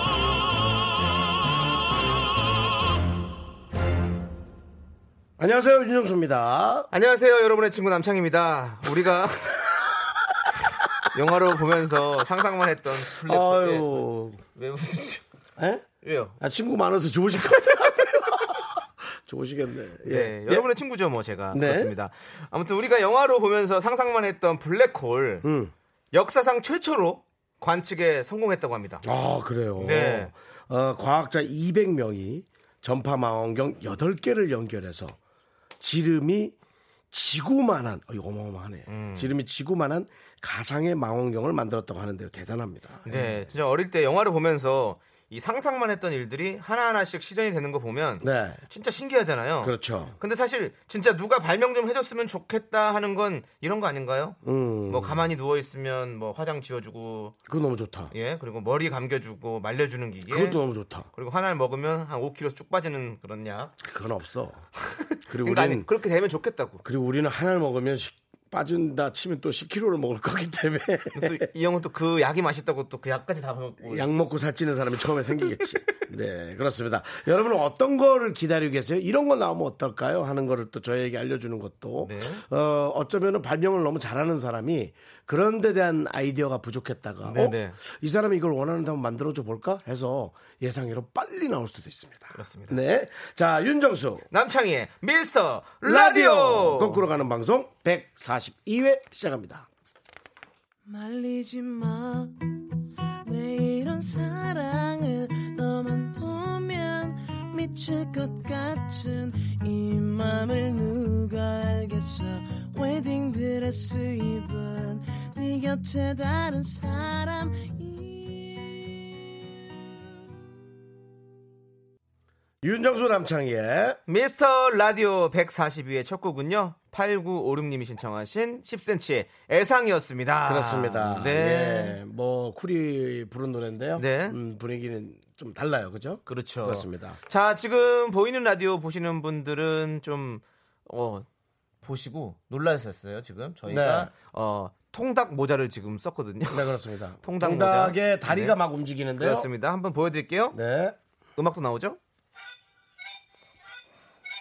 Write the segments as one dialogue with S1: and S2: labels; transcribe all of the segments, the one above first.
S1: 안녕하세요 윤정수입니다.
S2: 안녕하세요, 여러분의 친구 남창입니다. 우리가 영화로 보면서 상상만 했던 술래.
S1: 아유,
S2: 왜 웃으시죠?
S1: 예?
S2: 왜요?
S1: 아, 친구 많아서 좋으실 것 같아요. 좋으시겠네. 예.
S2: 네, 여러분의 친구죠, 뭐 제가
S1: 네.
S2: 그렇습니다. 아무튼 우리가 영화로 보면서 상상만 했던 블랙홀
S1: 음.
S2: 역사상 최초로 관측에 성공했다고 합니다.
S1: 아 그래요.
S2: 네.
S1: 어, 과학자 200명이 전파 망원경 8개를 연결해서 지름이 지구만한 어, 이거 어마어마하네.
S2: 음.
S1: 지름이 지구만한 가상의 망원경을 만들었다고 하는데요. 대단합니다.
S2: 네, 진짜 어릴 때 영화를 보면서 이 상상만 했던 일들이 하나하나씩 실현이 되는 거 보면
S1: 네.
S2: 진짜 신기하잖아요.
S1: 그렇죠.
S2: 근데 사실 진짜 누가 발명 좀 해줬으면 좋겠다 하는 건 이런 거 아닌가요?
S1: 음.
S2: 뭐 가만히 누워 있으면 뭐 화장 지워주고
S1: 그거 너무 좋다.
S2: 예 그리고 머리 감겨주고 말려주는 기계
S1: 그것도 너무 좋다.
S2: 그리고 하나를 먹으면 한 5kg 쭉 빠지는 그런 약.
S1: 그건 없어. 그리고
S2: 그러니까
S1: 우리는
S2: 아니, 그렇게 되면 좋겠다고.
S1: 그리고 우리는 하나를 먹으면 식- 빠진다 치면 또 10kg를 먹을 거기 때문에
S2: 또 이 형은 또 그 약이 맛있다고 또 그 약까지 다 먹고.
S1: 약 먹고 살찌는 사람이 처음에 생기겠지. 네, 그렇습니다. 여러분은 어떤 거를 기다리고 계세요? 이런 거 나오면 어떨까요? 하는 거를 또 저희에게 알려주는 것도
S2: 네.
S1: 어, 어쩌면 발명을 너무 잘하는 사람이 그런 데 대한 아이디어가 부족했다가
S2: 네,
S1: 어?
S2: 네.
S1: 이 사람이 이걸 원하는 데 한번 만들어줘 볼까 해서 예상외로 빨리 나올 수도 있습니다.
S2: 그렇습니다.
S1: 네, 자 윤정수
S2: 남창희의 미스터
S1: 라디오
S2: 라디오.
S1: 거꾸로 가는 방송 142회 시작합니다.
S3: 말리지 마. 내 이런 사랑을 너만 보면 미칠 것 같은 이 맘을 누가 알겠어 웨딩드레스 입은 네 곁에 다른 사람
S1: 윤정수 남창희의
S2: 미스터 라디오 142의 첫 곡은요. 8956님이 신청하신 10cm의 애상이었습니다.
S1: 그렇습니다.
S2: 아, 네.
S1: 예, 뭐 쿨이 부른 노래인데요.
S2: 네.
S1: 음, 분위기는 좀 달라요, 그죠?
S2: 그렇죠.
S1: 그렇습니다.
S2: 자, 지금 보이는 라디오 보시는 분들은 좀, 어, 보시고 놀라셨어요, 지금. 저희가,
S1: 네.
S2: 어, 통닭 모자를 지금 썼거든요.
S1: 네, 그렇습니다.
S2: 통닭
S1: 의
S2: 모자.
S1: 다리가
S2: 네.
S1: 막 움직이는데요.
S2: 그렇습니다. 한번 보여드릴게요.
S1: 네.
S2: 음악도 나오죠?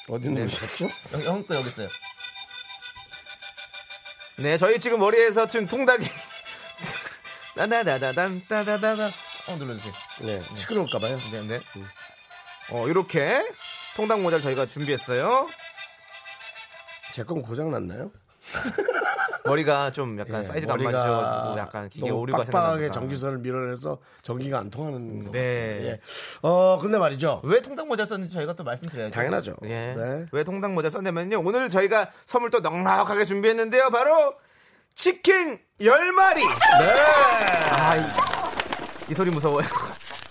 S1: 어디 누르셨죠?
S2: 형, 형도 네. 여기 있어요. 네, 저희 지금 머리에서 튼 통닭이. 따다다다단, 따다다다. 어, 눌러주세요.
S1: 네. 시끄러울까봐요.
S2: 네, 네. 어, 이렇게 통닭 모자를 저희가 준비했어요.
S1: 제 건 고장 났나요?
S2: 머리가 좀 약간 사이즈가 안
S1: 예, 머리가
S2: 맞으셔가지고 약간 기계
S1: 너무
S2: 오류가
S1: 빡빡하게
S2: 생각납니다.
S1: 전기선을 밀어내서 전기가 안 통하는 거.
S2: 네.
S1: 예. 어 근데 말이죠.
S2: 왜 통닭 모자 썼는지 저희가 또 말씀드려야죠.
S1: 당연하죠.
S2: 예.
S1: 네.
S2: 왜 통닭 모자 썼냐면요. 오늘 저희가 선물 또 넉넉하게 준비했는데요. 바로 치킨 10마리.
S1: 네.
S2: 아, 이, 이 소리 무서워요.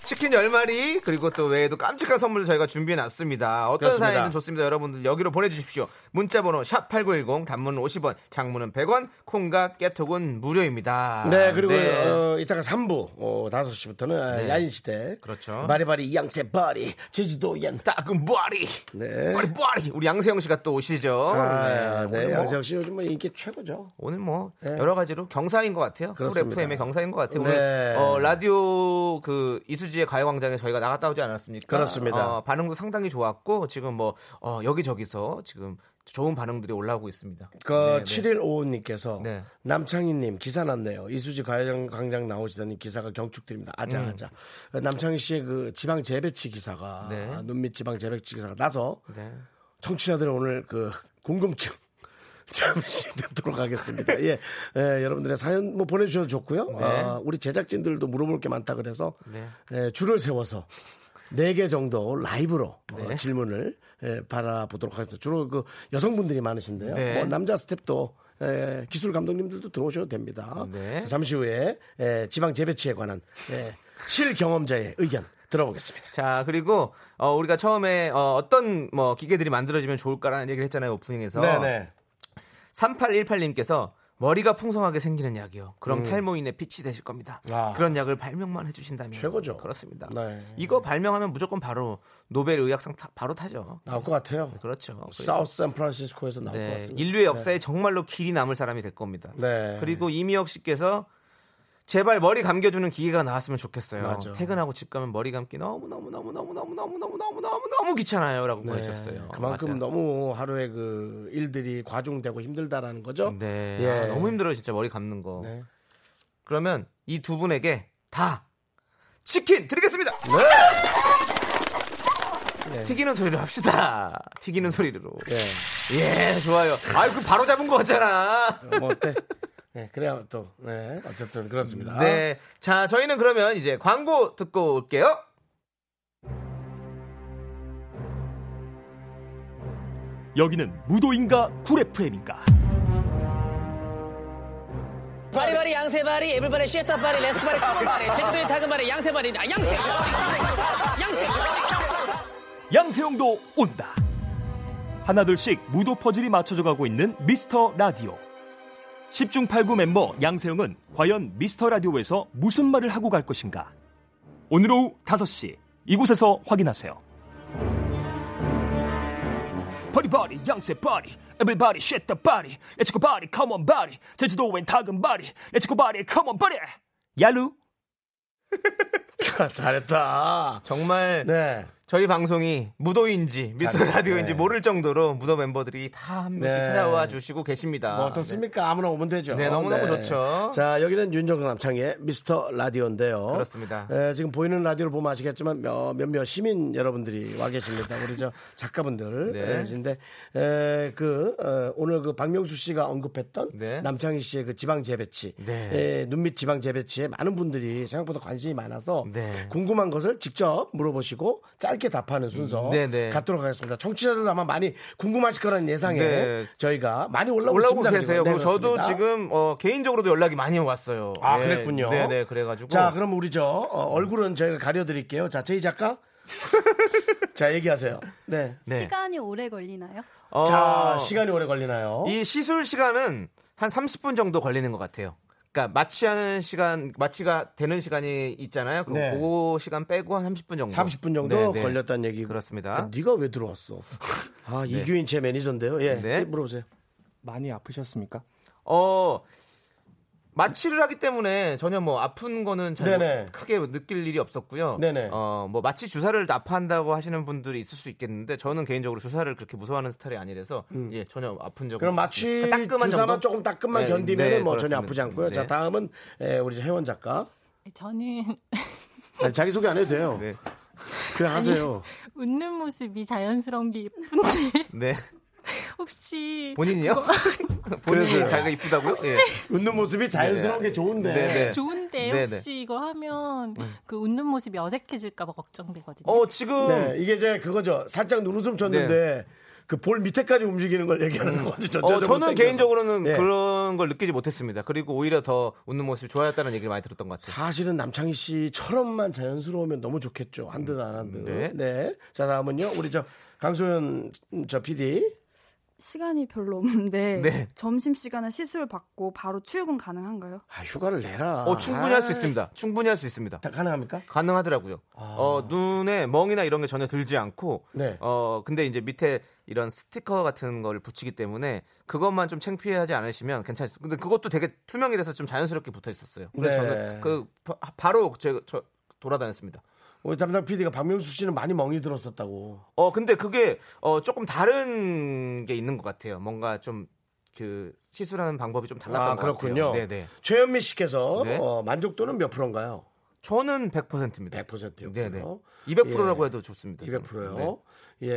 S2: 치킨 10마리 그리고 또 외에도 깜찍한 선물을 저희가 준비해 놨습니다. 어떤
S1: 그렇습니다.
S2: 사연이든 좋습니다. 여러분들 여기로 보내 주십시오. 문자 번호 샵 8910 단문은 50원, 장문은 100원, 콩과 깨톡은 무료입니다.
S1: 네, 그리고
S2: 네.
S1: 어, 이따가 3부 어, 5시부터는 야인시대.
S2: 그렇죠.
S1: 바리바리 양세 바리 제주도 양.
S2: 따끔 머리.
S1: 네.
S2: 머리 머리. 우리 양세형 씨가 또 오시죠.
S1: 아,
S2: 오늘
S1: 네.
S2: 뭐
S1: 양세형 씨 요즘 뭐 인기 최고죠.
S2: 오늘 뭐
S1: 네.
S2: 여러 가지로 경사인 것 같아요. 쿨
S1: 그렇습니다.
S2: FM의 경사인 것 같아요.
S1: 네.
S2: 오늘 어, 라디오 그 이수지의 가요광장에 저희가 나갔다 오지 않았습니까?
S1: 그렇습니다.
S2: 어, 반응도 상당히 좋았고 지금 뭐 어, 여기저기서 지금 좋은 반응들이 올라오고 있습니다.
S1: 그
S2: 네, 네.
S1: 7155님께서
S2: 네.
S1: 남창희님 기사 났네요. 이수지 가요광장 나오시더니 기사가 경축드립니다. 아자
S2: 음.
S1: 아자. 남창희 씨의 그 지방 재배치 기사가 아,
S2: 네.
S1: 눈밑 지방 재배치 기사가 나서
S2: 네.
S1: 청취자들은 오늘 그 궁금증 잠시 듣도록 하겠습니다. 예, 예, 여러분들의 사연 뭐 보내주셔도 좋고요. 아, 우리 제작진들도 물어볼 게 많다 그래서
S2: 네.
S1: 예, 줄을 세워서 네 개 정도 라이브로
S2: 네.
S1: 어, 질문을 예, 받아보도록 하겠습니다. 주로 그 여성분들이 많으신데요.
S2: 네.
S1: 뭐 남자 스탭도 예, 기술 감독님들도 들어오셔도 됩니다.
S2: 네.
S1: 자, 잠시 후에 예, 지방 재배치에 관한 예, 실경험자의 의견 들어보겠습니다.
S2: 자, 그리고 어, 우리가 처음에 어, 떤 뭐 기계들이 만들어지면 좋을까라는 얘기를 했잖아요, 오프닝에서.
S1: 네네.
S2: 3818님께서 머리가 풍성하게 생기는 약이요. 그럼 탈모인의 빛이 되실 겁니다.
S1: 음. 아.
S2: 그런 약을 발명만 해주신다면
S1: 최고죠.
S2: 그렇습니다.
S1: 네.
S2: 이거 발명하면 무조건 바로 노벨 의학상 타- 바로 타죠.
S1: 나올 것 같아요.
S2: 그렇죠.
S1: 사우스 샌프란시스코에서 나올 것
S2: 네,
S1: 같습니다.
S2: 인류의 역사에 정말로 길이 남을 사람이 될 겁니다.
S1: 네.
S2: 그리고 이미혁 씨께서 제발 머리 감겨주는 기계가 나왔으면 좋겠어요.
S1: 맞아.
S2: 퇴근하고 집 가면 머리 감기 너무 너무 너무 너무 너무 너무 너무 너무 너무 너무 귀찮아요라고 보내셨어요.
S1: 네. 그만큼
S2: 네. 맞아요.
S1: 너무 하루에 그 일들이 과중되고 힘들다라는 거죠.
S2: 네,
S1: 예.
S2: 아, 너무 힘들어요 진짜 머리 감는 거.
S1: 네.
S2: 그러면 이 두 분에게 다 치킨 드리겠습니다. 네. 예. 튀기는 소리로 합시다. 튀기는 소리로.
S1: 예.
S2: 예, 좋아요. 아유, 그 바로 잡은 거잖아.
S1: 뭐 어때? 네, 그래야 또. 네. 어쨌든 그렇습니다.
S2: 네. 자, 저희는 그러면 이제 광고 듣고 올게요.
S4: 여기는 무도인가 구레프엠인가
S5: 바리바리 양세바리 에블바리 쉐타바리 레스바리 까만바리 제주도의 다금바리 양세바리 아, 양세 양세
S4: 양세형도 온다 하나둘씩 무도 퍼즐이 맞춰져 가고 있는 미스터 라디오 10중 8구 멤버 양세형은 과연 미스터 라디오에서 무슨 말을 하고 갈 것인가 오늘 오후 5시 이곳에서 확인하세요 바리바리 양세바리 에브리바리 쉣더바리 내 친구 바리 컴온바리 제주도엔 다금바리 내 친구 바리 컴온바리 야루
S2: 아.
S1: 잘했다.
S2: 정말
S1: 네.
S2: 저희 방송이 무도인지 미스터 라디오인지 모를 정도로 무도 멤버들이 다 한 분씩
S1: 네.
S2: 찾아와 주시고 계십니다.
S1: 뭐 어떻습니까? 아무나 오면 되죠.
S2: 네, 너무너무 좋죠.
S1: 자, 여기는 윤정수 남창의 미스터 라디오인데요.
S2: 그렇습니다.
S1: 예, 지금 보이는 라디오를 보면 아시겠지만 몇, 몇몇 시민 여러분들이 와 계십니다. 우리 저 작가분들
S2: 네.
S1: 예, 계신데 에, 그 어, 오늘 그 박명수 씨가 언급했던
S2: 네.
S1: 남창희 씨의 그 지방 재배치,
S2: 네.
S1: 예, 눈밑 지방 재배치에 많은 분들이 생각보다 관심이 많아서
S2: 네.
S1: 궁금한 것을 직접 물어보시고 짧게 답하는 순서
S2: 네, 네.
S1: 갖도록 하겠습니다. 청취자들도 아마 많이 궁금하실 거라는 예상에
S2: 네.
S1: 저희가 많이 올라.
S2: 올라오고
S1: 있습니다,
S2: 계세요.
S1: 그리고.
S2: 그리고
S1: 네,
S2: 저도
S1: 그렇습니다.
S2: 지금 어, 개인적으로도 연락이 많이 왔어요.
S1: 아
S2: 예.
S1: 그랬군요.
S2: 네네 그래가지고
S1: 자 그럼 우리 저 어, 얼굴은 저희가 가려드릴게요. 자 제이 작가. 자 얘기하세요. 네.
S2: 네.
S6: 시간이 오래 걸리나요?
S2: 어,
S1: 자 시간이 오래 걸리나요?
S2: 이 시술 시간은 한 30분 정도 걸리는 것 같아요. 그러니까 마취하는 시간, 마취가 되는 시간이 있잖아요. 그거
S1: 네.
S2: 그 시간 빼고 한 30분 정도.
S1: 30분 정도
S2: 네네.
S1: 걸렸다는 얘기. 아,
S2: 그렇습니다.
S1: 네가 왜 들어왔어? 아 이규인 제 매니저인데요. 예.
S2: 네.
S1: 예, 물어보세요.
S7: 많이 아프셨습니까?
S2: 어 마취를 하기 때문에 전혀 뭐 아픈 거는 잘
S1: 네네.
S2: 뭐 크게 느낄 일이 없었고요.
S1: 네네.
S2: 어뭐 마취 주사를 나파한다고 하시는 분들이 있을 수 있겠는데 저는 개인적으로 주사를 그렇게 무서워하는 스타일이 아니라서 예 전혀 아픈 적은
S1: 음. 그럼 마취
S2: 없습니다. 그러니까 따끔한
S1: 주사만
S2: 정도?
S1: 조금 따끔만
S2: 네,
S1: 견디면
S2: 네,
S1: 뭐 전혀
S2: 그렇습니다.
S1: 아프지 않고요.
S2: 네.
S1: 자 다음은 예, 우리 혜원 작가.
S8: 저는
S1: 아니, 자기 소개 안 해도 돼요.
S2: 네.
S1: 그냥 하세요.
S8: 웃는 모습이 자연스러운 게 이쁜데
S2: 네
S8: 혹시
S2: 본인이요? 본인이
S1: 그래서요.
S2: 자기가 이쁘다고요? 예.
S1: 웃는 모습이 자연스러운 게 좋은데.
S2: 네네.
S8: 좋은데
S2: 네네. 음.
S8: 혹시 이거 하면 그 웃는 모습이 어색해질까봐 걱정되거든요.
S2: 어 지금
S1: 네, 이게 이제 그거죠. 살짝 눈웃음 쳤는데 그 볼 밑에까지 움직이는 걸 얘기하는 거죠.
S2: 네. 어,
S1: 전체적으로
S2: 저는
S1: 땡겨서.
S2: 개인적으로는
S1: 예.
S2: 그런 걸 느끼지 못했습니다. 그리고 오히려 더 웃는 모습이 좋아졌다는 얘기를 많이 들었던 것 같아요.
S1: 사실은 남창희 씨처럼만 자연스러우면 너무 좋겠죠. 한 듯 안 한 듯.
S2: 네.
S1: 네. 자 다음은요. 우리 저 강소연 저 PD.
S6: 시간이 별로 없는데
S2: 네.
S6: 점심 시간에 시술 받고 바로 출근 가능한가요?
S1: 아 휴가를 내라.
S2: 어 충분히 할 수
S1: 아,
S2: 있습니다. 충분히 할 수 있습니다.
S1: 다 가능합니까?
S2: 가능하더라고요.
S1: 아.
S2: 어, 눈에 멍이나 이런 게 전혀 들지 않고,
S1: 네.
S2: 어, 근데 이제 밑에 이런 스티커 같은 걸 붙이기 때문에 그것만 좀 창피하지 않으시면 괜찮습니다. 근데 그것도 되게 투명이라서 좀 자연스럽게 붙어 있었어요. 그래서
S1: 네.
S2: 저는 그 바- 바로 제가 저 돌아다녔습니다.
S1: 우리 담당 PD가 박명수 씨는 많이 멍이 들었었다고.
S2: 어, 근데 그게 어, 조금 다른 게 있는 것 같아요. 뭔가 좀 그 시술하는 방법이 좀 달랐던
S1: 아,
S2: 것
S1: 그렇군요.
S2: 같아요. 네네.
S1: 최현미 씨께서
S2: 네.
S1: 어, 만족도는 몇 프로인가요?
S2: 저는 100%입니다.
S1: 100%요.
S2: 네네.
S1: 그래요?
S2: 200%라고
S1: 예.
S2: 해도 좋습니다.
S1: 200%요.
S2: 네.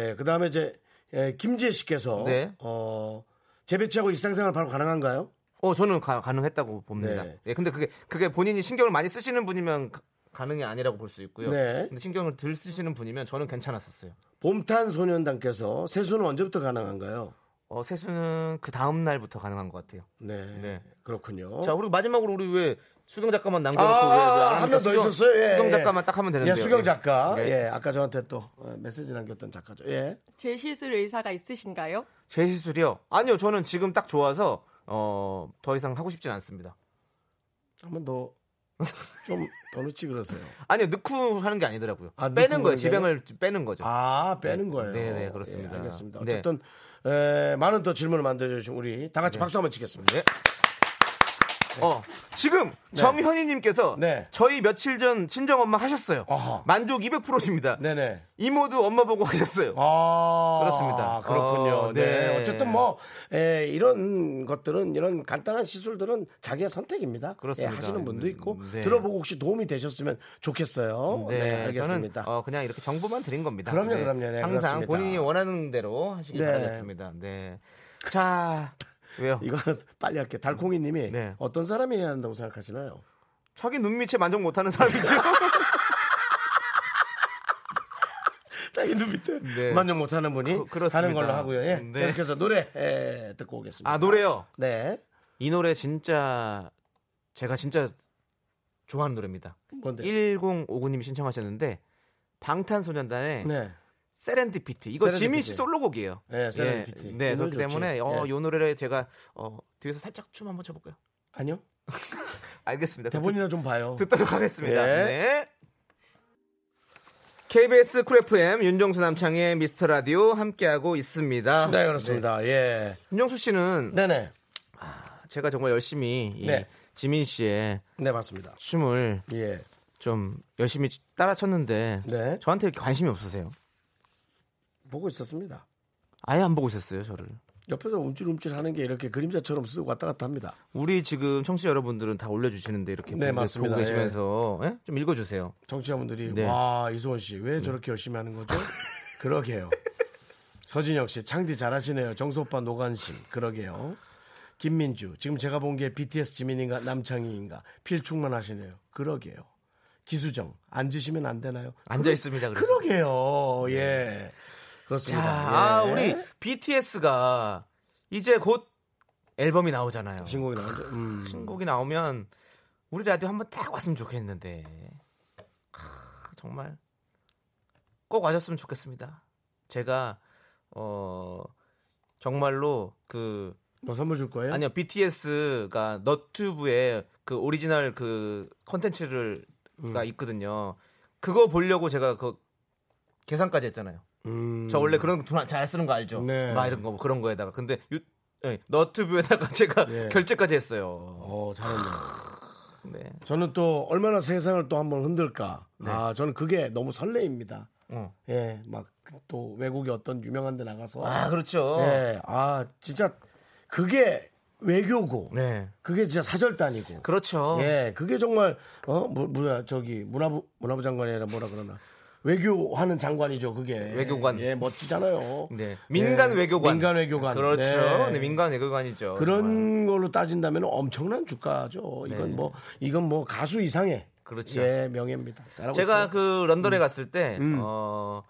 S1: 예, 그 다음에 이제 예, 김지혜 씨께서
S2: 네.
S1: 어, 재배치하고 일상생활 바로 가능한가요?
S2: 어, 저는 가, 능했다고 봅니다.
S1: 네.
S2: 예, 근데 그게 그게 본인이 신경을 많이 쓰시는 분이면 가, 가능이 아니라고 볼 수 있고요.
S1: 네.
S2: 근데 신경을 덜 쓰시는 분이면 저는 괜찮았었어요.
S1: 봄탄 소년단께서 세수는 언제부터 가능한가요?
S2: 어, 세수는 그 다음 날부터 가능한 것 같아요.
S1: 네,
S2: 네.
S1: 그렇군요.
S2: 자, 그리고 마지막으로 우리 왜 수경 작가만 남겨놓고
S1: 아, 한 명 더 있었어요. 예,
S2: 수경
S1: 예.
S2: 작가만 딱 하면 네. 되는데
S1: 예, 수경 작가. 예, 아까 저한테 또 어, 메시지 남겼던 작가죠. 예.
S8: 제 시술 의사가 있으신가요?
S2: 제 시술이요? 아니요 저는 지금 딱 좋아서 어, 더 이상 하고 싶진 않습니다
S1: 한번 더. 좀 더 넣지 그러세요.
S2: 아니요 넣고 하는 게 아니더라고요
S1: 아, 넣고
S2: 빼는 거예요
S1: 하는
S2: 지방을 빼는 거죠
S1: 아, 빼는
S2: 네.
S1: 거예요.
S2: 네, 네, 그렇습니다.
S1: 예, 알겠습니다.
S2: 네.
S1: 어쨌든 에, 많은 더 질문을 만들어주신 우리 다 같이 박수 한번 치겠습니다.
S2: 네. 어, 지금 정현희님께서
S1: 네.
S2: 저희 며칠 전 친정엄마 하셨어요
S1: 어허.
S2: 만족 200%십니다
S1: 네네.
S2: 이모도 엄마 보고 하셨어요
S1: 아,
S2: 그렇습니다.
S1: 그렇군요.
S2: 어,
S1: 네.
S2: 네.
S1: 어쨌든 뭐, 에, 이런 것들은, 이런 간단한 시술들은 자기의 선택입니다.
S2: 그렇습니다.
S1: 예, 하시는 분도 있고,
S2: 음, 네. 음,
S1: 들어보고 혹시 도움이 되셨으면 좋겠어요. 네, 알겠습니다.
S2: 저는 어, 그냥 이렇게 정보만 드린 겁니다.
S1: 그럼요, 그럼요. 네,
S2: 항상
S1: 그렇습니다.
S2: 본인이 원하는 대로 하시길
S1: 네.
S2: 바라겠습니다. 네. 자, 왜요?
S1: 이거는 빨리 할게요. 달콩이 님이
S2: 네.
S1: 어떤 사람이 해야 한다고 생각하시나요?
S2: 자기 눈밑에 만족 못하는 사람이죠.
S1: 자기 눈 밑에
S2: 네.
S1: 만족 못하는 분이
S2: 그- 그렇습니다.
S1: 하는 걸로 하고요. 예.
S2: 네.
S1: 계속해서 노래 예, 듣고 오겠습니다.
S2: 아 노래요.
S1: 네.
S2: 이 노래 진짜 제가 진짜 좋아하는 노래입니다.
S1: 뭔데?
S2: 1059님이 신청하셨는데 방탄소년단의
S1: 네.
S2: 세렌디피티 이거 지민
S1: 세렌디피티.
S2: 씨 솔로곡이에요.
S1: 네, 세렌디피티.
S2: 예,
S1: 이
S2: 네
S1: 노래
S2: 그렇기
S1: 좋지.
S2: 때문에 어,
S1: 예.
S2: 요 노래를 제가 어, 뒤에서 살짝 춤 한번 춰볼까요?
S1: 아니요.
S2: 알겠습니다. 그럼
S1: 대본이나 좀 봐요.
S2: 듣도록 하겠습니다.
S1: 예.
S2: 네. KBS 쿨 FM 윤정수 남창의 미스터 라디오 함께하고 있습니다.
S1: 네, 그렇습니다. 예.
S2: 윤정수 씨는
S1: 네, 네.
S2: 제가 정말 열심히 이
S1: 네.
S2: 지민 씨의
S1: 네, 맞습니다.
S2: 춤을
S1: 예.
S2: 좀 열심히 따라 쳤는데
S1: 네.
S2: 저한테 이렇게 관심이 없으세요?
S1: 보고 있었습니다.
S2: 아예 안 보고 있었어요, 저를.
S1: 옆에서 움찔움찔 하는 게 이렇게 그림자처럼 쓰고 왔다 갔다 합니다.
S2: 우리 지금 청취자 여러분들은 다 올려주시는데 이렇게
S1: 네,
S2: 보고, 계-
S1: 맞습니다.
S2: 보고 계시면서 예? 좀 읽어주세요.
S1: 정치자분들이
S2: 네.
S1: 와, 이소원 씨 왜 저렇게 열심히 하는 거죠? 그러게요. 서진혁 씨 창디 잘하시네요. 정수 오빠 노관심. 그러게요. 김민주 지금 제가 본 게 BTS 지민인가 남창희인가 필충만 하시네요. 그러게요. 기수정 앉으시면 안 되나요?
S2: 앉아 네. 있습니다. 그래서.
S1: 그러게요. 예.
S2: 자,
S1: 그렇습니다.
S2: 아,
S1: 예.
S2: 우리 BTS가 이제 곧 앨범이 나오잖아요.
S1: 신곡이 나오죠. 음.
S2: 신곡이 나오면 우리 라디오 한번 딱 왔으면 좋겠는데 아, 정말 꼭 와줬으면 좋겠습니다. 제가 어 정말로 그
S1: 너 선물 줄 거예요?
S2: 아니요 BTS가 너튜브에 그 오리지널 그 컨텐츠를
S1: 음.
S2: 가 있거든요. 그거 보려고 제가 그 계산까지 했잖아요.
S1: 음.
S2: 저 원래 그런 돈 잘 쓰는 거 알죠?
S1: 네.
S2: 막 이런 거뭐 그런 거에다가 근데 유, 예, 너튜브에다가 제가
S1: 예.
S2: 결제까지 했어요.
S1: 어, 잘했네요.
S2: 네.
S1: 저는 또 얼마나 세상을 또 한번 흔들까. 아, 저는 그게 너무 설레입니다.
S2: 어.
S1: 예, 막 또 외국의 어떤 유명한 데 나가서.
S2: 아 그렇죠.
S1: 예, 아, 진짜 그게 외교고.
S2: 네.
S1: 그게 진짜 사절단이고.
S2: 그렇죠.
S1: 예, 그게 정말, 어, 뭐, 뭐야, 저기, 문화부, 문화부 장관이 아니라 뭐라 그러나. 외교하는 장관이죠, 그게.
S2: 외교관.
S1: 예, 멋지잖아요.
S2: 네. 민간
S1: 예,
S2: 외교관.
S1: 민간 외교관.
S2: 그렇죠.
S1: 네.
S2: 네. 민간 외교관이죠. 정말.
S1: 그런 걸로 따진다면 엄청난 주가죠. 이건
S2: 네.
S1: 뭐 이건 뭐 가수 이상의
S2: 그렇죠.
S1: 예 명예입니다. 잘하고
S2: 제가
S1: 있어요. 음.
S2: 그 런던에 갔을 때 어,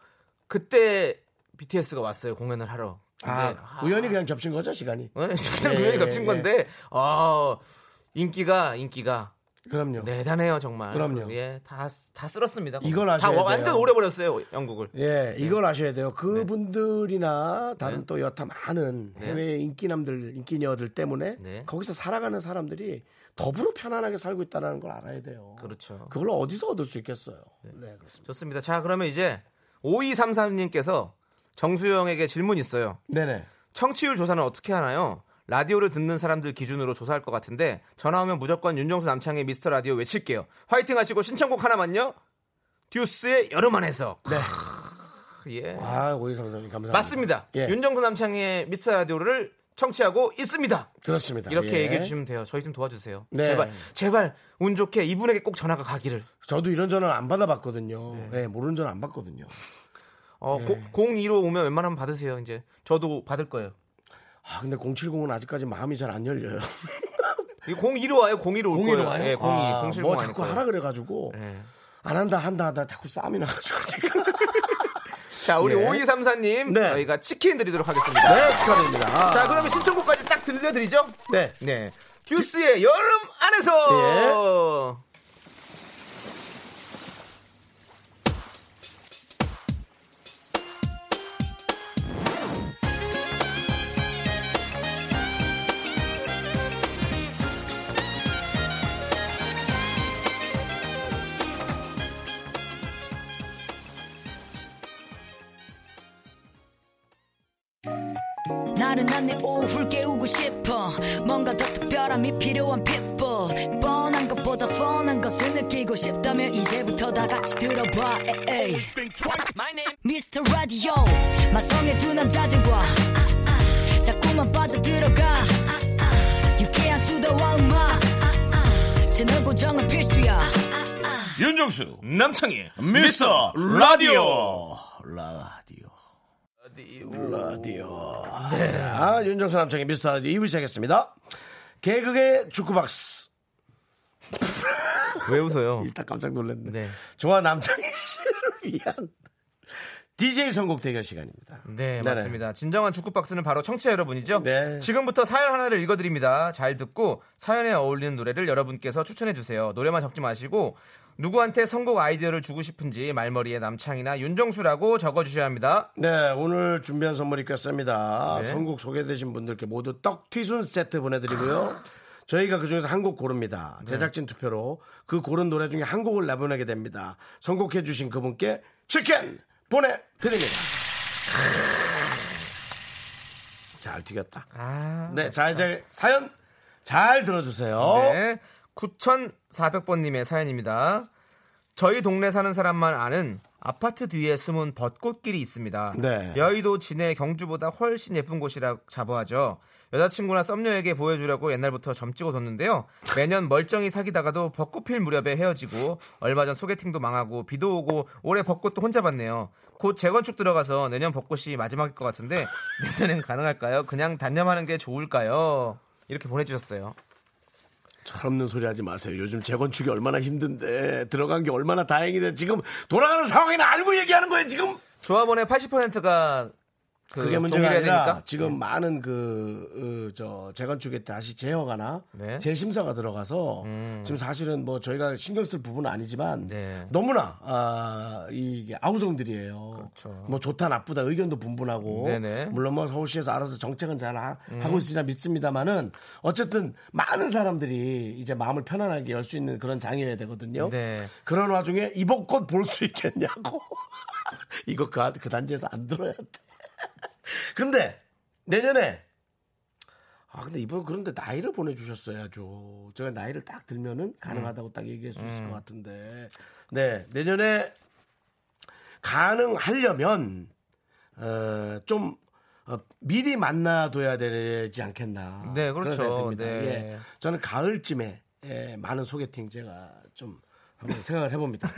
S2: 그때 BTS가 왔어요 공연을 하러. 근데,
S1: 아, 우연히 그냥 겹친 거죠 시간이.
S2: 네,
S1: 예,
S2: 사실 우연히 겹친
S1: 예.
S2: 건데 어, 인기가 인기가
S1: 그럼요.
S2: 대단해요 정말.
S1: 그럼요.
S2: 예, 다다 쓸었습니다.
S1: 이걸
S2: 다
S1: 아셔야 돼요.
S2: 완전 오래 버렸어요 영국을.
S1: 예, 이걸 아셔야
S2: 네.
S1: 돼요. 그분들이나 다른 또 여타 많은
S2: 네.
S1: 해외 인기남들, 인기녀들 때문에
S2: 네.
S1: 거기서 살아가는 사람들이 더불어 편안하게 살고 있다는 걸 알아야 돼요.
S2: 그렇죠.
S1: 그걸 어디서 얻을 수 있겠어요. 네, 그렇습니다.
S2: 좋습니다. 자 그러면 이제 5233님께서 정수영에게 질문 있어요.
S1: 네네.
S2: 청취율 조사는 어떻게 하나요? 라디오를 듣는 사람들 기준으로 조사할 것 같은데 전화 오면 무조건 윤정수 남창의 미스터 라디오 외칠게요. 화이팅 하시고 신청곡 하나만요. 듀스의 여름 안에서. 네. 예.
S1: 아, 오이삼삼님 감사합니다.
S2: 맞습니다.
S1: 예.
S2: 윤정수 남창의 미스터 라디오를 청취하고 있습니다.
S1: 그렇습니다.
S2: 이렇게
S1: 예.
S2: 얘기해 주시면 돼요. 저희 좀 도와주세요.
S1: 네.
S2: 제발 제발 운 좋게 이분에게 꼭 전화가 가기를.
S1: 저도 이런 전화 안 받아봤거든요.
S2: 네.
S1: 예, 모르는 전화 안 받거든요.
S2: 어,
S1: 예.
S2: 02로 오면 웬만하면 받으세요. 이제 저도 받을 거예요.
S1: 아, 근데 070은 아직까지 마음이 잘 안 열려요.
S2: 이 02로 와요. 02로 올 거예요. 예, 02,
S1: 아,
S2: 070
S1: 뭐
S2: 아닐
S1: 자꾸
S2: 거예요.
S1: 하라 그래가지고
S2: 예.
S1: 안 한다 한다 하다 자꾸 싸움이 나가지고 제가
S2: 자, 우리
S1: 예.
S2: 5234님
S1: 네.
S2: 저희가 치킨 드리도록 하겠습니다.
S1: 네 축하드립니다.
S2: 자, 그러면 신청곡까지 딱 들려드리죠?
S1: 네.
S2: 네. 예. 듀스의 여름 안에서
S9: 나른한 내 오후를 깨우고 싶어 뭔가 더 특별함이 필요한 people 뻔한 것보다 뻔한 것을 느끼고 싶다면 이제부터 다 같이 들어봐 에이. Mr. Radio 마성의 두 남자들과 자꾸만 빠져들어가 유쾌한 수다와 음악 채널 고정은 필수야
S10: 윤정수 남창희 미스터 라디오 라디오
S1: 라디오. 네. 아, 윤정수 남창의 미스터 라디오 2부 시작했습니다. 개그의 축구박스.
S2: 왜 웃어요?
S1: 일단 깜짝 놀랐네.
S2: 네.
S1: 저와 남창희 씨를 위한 DJ 선곡 대결 시간입니다. 네네.
S2: 네, 맞습니다. 진정한 축구박스는 바로 청취자 여러분이죠.
S1: 네.
S2: 지금부터 사연 하나를 읽어드립니다. 잘 듣고 사연에 어울리는 노래를 여러분께서 추천해주세요. 노래만 적지 마시고 누구한테 선곡 아이디어를 주고 싶은지 말머리에 남창이나 윤정수라고 적어주셔야 합니다.
S1: 네, 오늘 준비한 선물이 꽤 셉니다.
S2: 네.
S1: 선곡 소개되신 분들께 모두 떡 튀순 세트 보내드리고요.
S2: 아.
S1: 저희가 그중에서 한 곡 고릅니다.
S2: 네.
S1: 제작진 투표로 그 고른 노래 중에 한 곡을 내보내게 됩니다. 선곡해주신 그분께 치킨 보내드립니다. 잘 튀겼다.
S2: 아,
S1: 네, 자 이제 사연 잘 들어주세요.
S2: 네. 9,400번님의 사연입니다. 저희 동네 사는 사람만 아는 아파트 뒤에 숨은 벚꽃길이 있습니다.
S1: 네.
S2: 여의도 진해 경주보다 훨씬 예쁜 곳이라 자부하죠. 여자친구나 썸녀에게 보여주려고 옛날부터 점찍어 뒀는데요. 매년 멀쩡히 사귀다가도 벚꽃 필 무렵에 헤어지고 얼마 전 소개팅도 망하고 비도 오고 올해 벚꽃도 혼자 봤네요. 곧 재건축 들어가서 내년 벚꽃이 마지막일 것 같은데 내년엔 가능할까요? 그냥 단념하는 게 좋을까요? 이렇게 보내주셨어요.
S1: 철없는 소리 하지 마세요. 요즘 재건축이 얼마나 힘든데 들어간 게 얼마나 다행이데 지금 돌아가는 상황이나 알고 얘기하는 거예요. 지금
S2: 조합원의 80%가 그
S1: 그게 문제가
S2: 동일해야
S1: 아니라
S2: 되니까? 네.
S1: 지금 많은 그저 재건축에 다시 재허가나
S2: 네. 음.
S1: 재심사가 들어가서 지금 사실은 뭐 저희가 신경 쓸 부분은 아니지만
S2: 네.
S1: 너무나 아, 이게 아우성들이에요.
S2: 그렇죠.
S1: 뭐 좋다 나쁘다 의견도 분분하고
S2: 네네. 음.
S1: 물론 뭐 서울시에서 알아서 정책은 잘 하, 고 있으나 믿습니다만은 어쨌든 많은 사람들이 이제 마음을 편안하게 열 수 있는 그런 장이어야 되거든요.
S2: 네.
S1: 그런 와중에 이번 꽃 볼 수 있겠냐고 이거 그, 그 단지에서 안 들어야 돼. 근데 내년에 아 근데 이번 그런데 나이를 보내주셨어야죠. 제가 나이를 딱 들면은 가능하다고 딱 얘기할 수
S2: 음.
S1: 있을 것 같은데 네 내년에 가능하려면 어, 좀 어, 미리 만나둬야 되지 않겠나.
S2: 네,
S1: 그런
S2: 그렇죠.
S1: 생각이 듭니다.
S2: 네.
S1: 예. 저는 가을쯤에 예, 많은 소개팅 제가 좀 한번 생각을 해봅니다.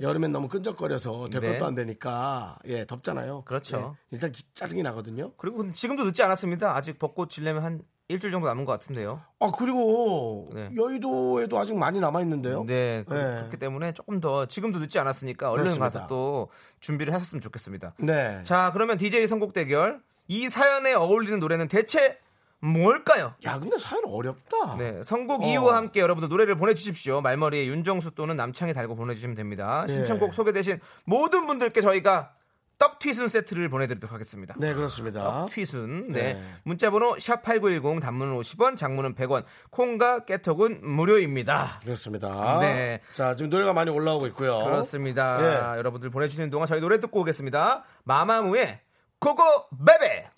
S1: 여름엔 너무 끈적거려서 대표도
S2: 네.
S1: 안 되니까 예 덥잖아요.
S2: 그렇죠.
S1: 예, 일단 기- 짜증이 나거든요.
S2: 그리고 근데 지금도 늦지 않았습니다. 아직 벚꽃 질려면 한 일주일 정도 남은 것 같은데요.
S1: 아 그리고
S2: 네.
S1: 여의도에도 아직 많이 남아 있는데요.
S2: 네, 그-
S1: 네.
S2: 그렇기 때문에 조금 더 지금도 늦지 않았으니까 얼른
S1: 그렇습니다.
S2: 가서 또 준비를 하셨으면 좋겠습니다.
S1: 네.
S2: 자, 그러면 DJ 선곡 대결 이 사연에 어울리는 노래는 대체 뭘까요?
S1: 야 근데 사연 아. 어렵다.
S2: 네, 선곡 이유와 함께 여러분들 노래를 보내주십시오. 말머리에 윤정수 또는 남창이 달고 보내주시면
S1: 네.
S2: 됩니다. 신청곡 소개되신 모든 분들께 저희가 떡튀순 세트를 보내드리도록 하겠습니다.
S1: 네, 그렇습니다.
S2: 퀴순. 네.
S1: 네.
S2: 문자번호 샵8910 단문은 50원, 장문은 100원. 콩과 깨톡은 무료입니다.
S1: 그렇습니다.
S2: 네.
S1: 자 지금 노래가 많이 올라오고 있고요.
S2: 그렇습니다. 여러분들 보내주시는 동안 저희 노래 듣고 오겠습니다. 마마무의 고고 베베.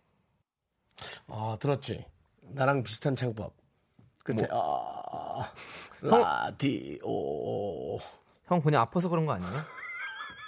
S1: 아 들었지. 나랑 비슷한 창법. 그때
S2: 뭐?
S1: 아 라디오.
S2: 형 그냥 아파서 그런 거 아니에요?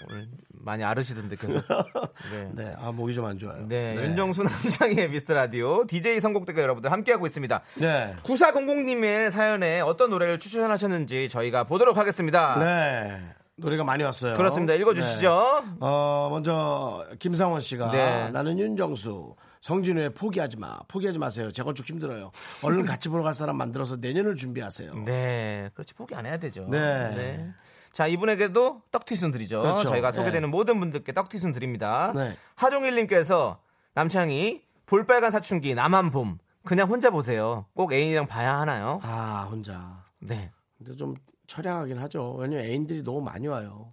S2: 오늘 많이 아르시던데 계속. 네.
S1: 네, 아 목이 좀 안 좋아요.
S2: 네, 윤정수 남창희의 미스터 라디오 DJ 선곡 대결 여러분들 함께하고 있습니다.
S1: 네.
S2: 9400님의 사연에 어떤 노래를 추천하셨는지 저희가 보도록 하겠습니다.
S1: 네. 노래가 많이 왔어요.
S2: 그렇습니다. 읽어주시죠.
S1: 네. 어, 먼저 김상원 씨가
S2: 네.
S1: 나는 윤정수 성진우의 포기하지 마. 포기하지 마세요. 재건축 힘들어요. 얼른 같이 보러 갈 사람 만들어서 내년을 준비하세요.
S2: 네, 그렇지 포기 안 해야 되죠.
S1: 네.
S2: 자 이분에게도 떡튀순 드리죠.
S1: 그렇죠.
S2: 저희가
S1: 네.
S2: 소개되는 모든 분들께 떡튀순 드립니다.
S1: 네.
S2: 하종일님께서 남창이 볼빨간 사춘기 남한 봄 그냥 혼자 보세요. 꼭 애인이랑 봐야 하나요?
S1: 아 혼자.
S2: 네.
S1: 근데 좀 처량하긴 하죠. 왜냐면 애인들이 너무 많이 와요.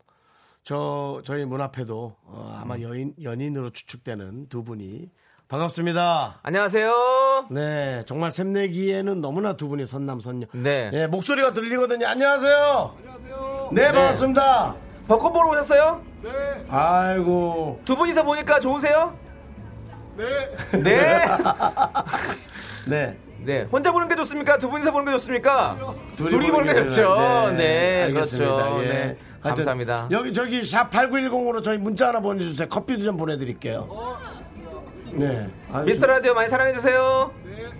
S1: 저 저희 문 앞에도 어,
S2: 음.
S1: 아마 여인 연인으로 추측되는 두 분이 반갑습니다.
S2: 안녕하세요.
S1: 네, 정말 샘내기에는 너무나 두 분이 선남 선녀.
S2: 네.
S1: 예, 목소리가 들리거든요. 안녕하세요. 네, 반갑습니다.
S2: 벚꽃 보러 오셨어요?
S1: 아이고.
S2: 두 분이서 보니까 좋으세요? 네. 네.
S1: 네.
S2: 네. 혼자 보는 게 좋습니까? 두 분이서 보는 게 좋습니까? 둘이, 보는 게
S1: 좋죠.
S2: 좋죠. 네. 그렇죠.
S1: 예.
S2: 네.
S1: 하여튼
S2: 감사합니다.
S1: 여기 저기 샵 8910으로 저희 문자 하나 보내주세요. 커피도 좀 보내드릴게요. 네. 아유,
S2: 미스터 라디오 많이 사랑해 주세요.
S1: 네.
S2: 네.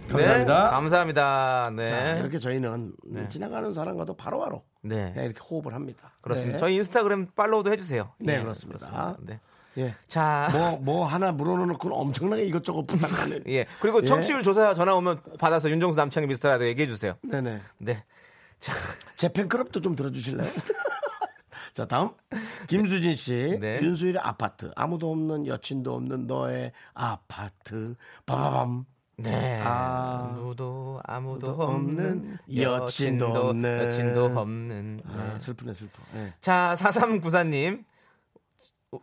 S1: 감사합니다.
S2: 감사합니다. 네.
S1: 자, 이렇게 저희는 지나가는 사람과도 바로바로
S2: 네.
S1: 그냥 이렇게 호흡을 합니다.
S2: 그렇습니다.
S1: 네.
S2: 저희 인스타그램 팔로우도 해주세요.
S1: 네,
S2: 예,
S1: 그렇습니다.
S2: 네.
S1: 예.
S2: 자,
S1: 뭐, 뭐 하나 물어놓고는 엄청나게 이것저것 부탁하는.
S2: 예. 그리고
S1: 예.
S2: 청취율 조사 전화 오면 꼭 받아서 윤정수 남창희 미스터 라디오 얘기해 주세요.
S1: 네네.
S2: 네. 자,
S1: 제 팬클럽도 좀 들어주실래요? 자 다음 김수진 씨
S2: 네.
S1: 윤수일의 아파트 아무도 없는 여친도 없는 너의 아파트 바바밤
S2: 네.
S1: 아.
S2: 아무도 아무도
S1: 아무도 없는
S2: 없는
S1: 여친도 없는.
S2: 여친도 없는. 네.
S1: 아, 슬프네 슬퍼 네.
S2: 자, 4394님.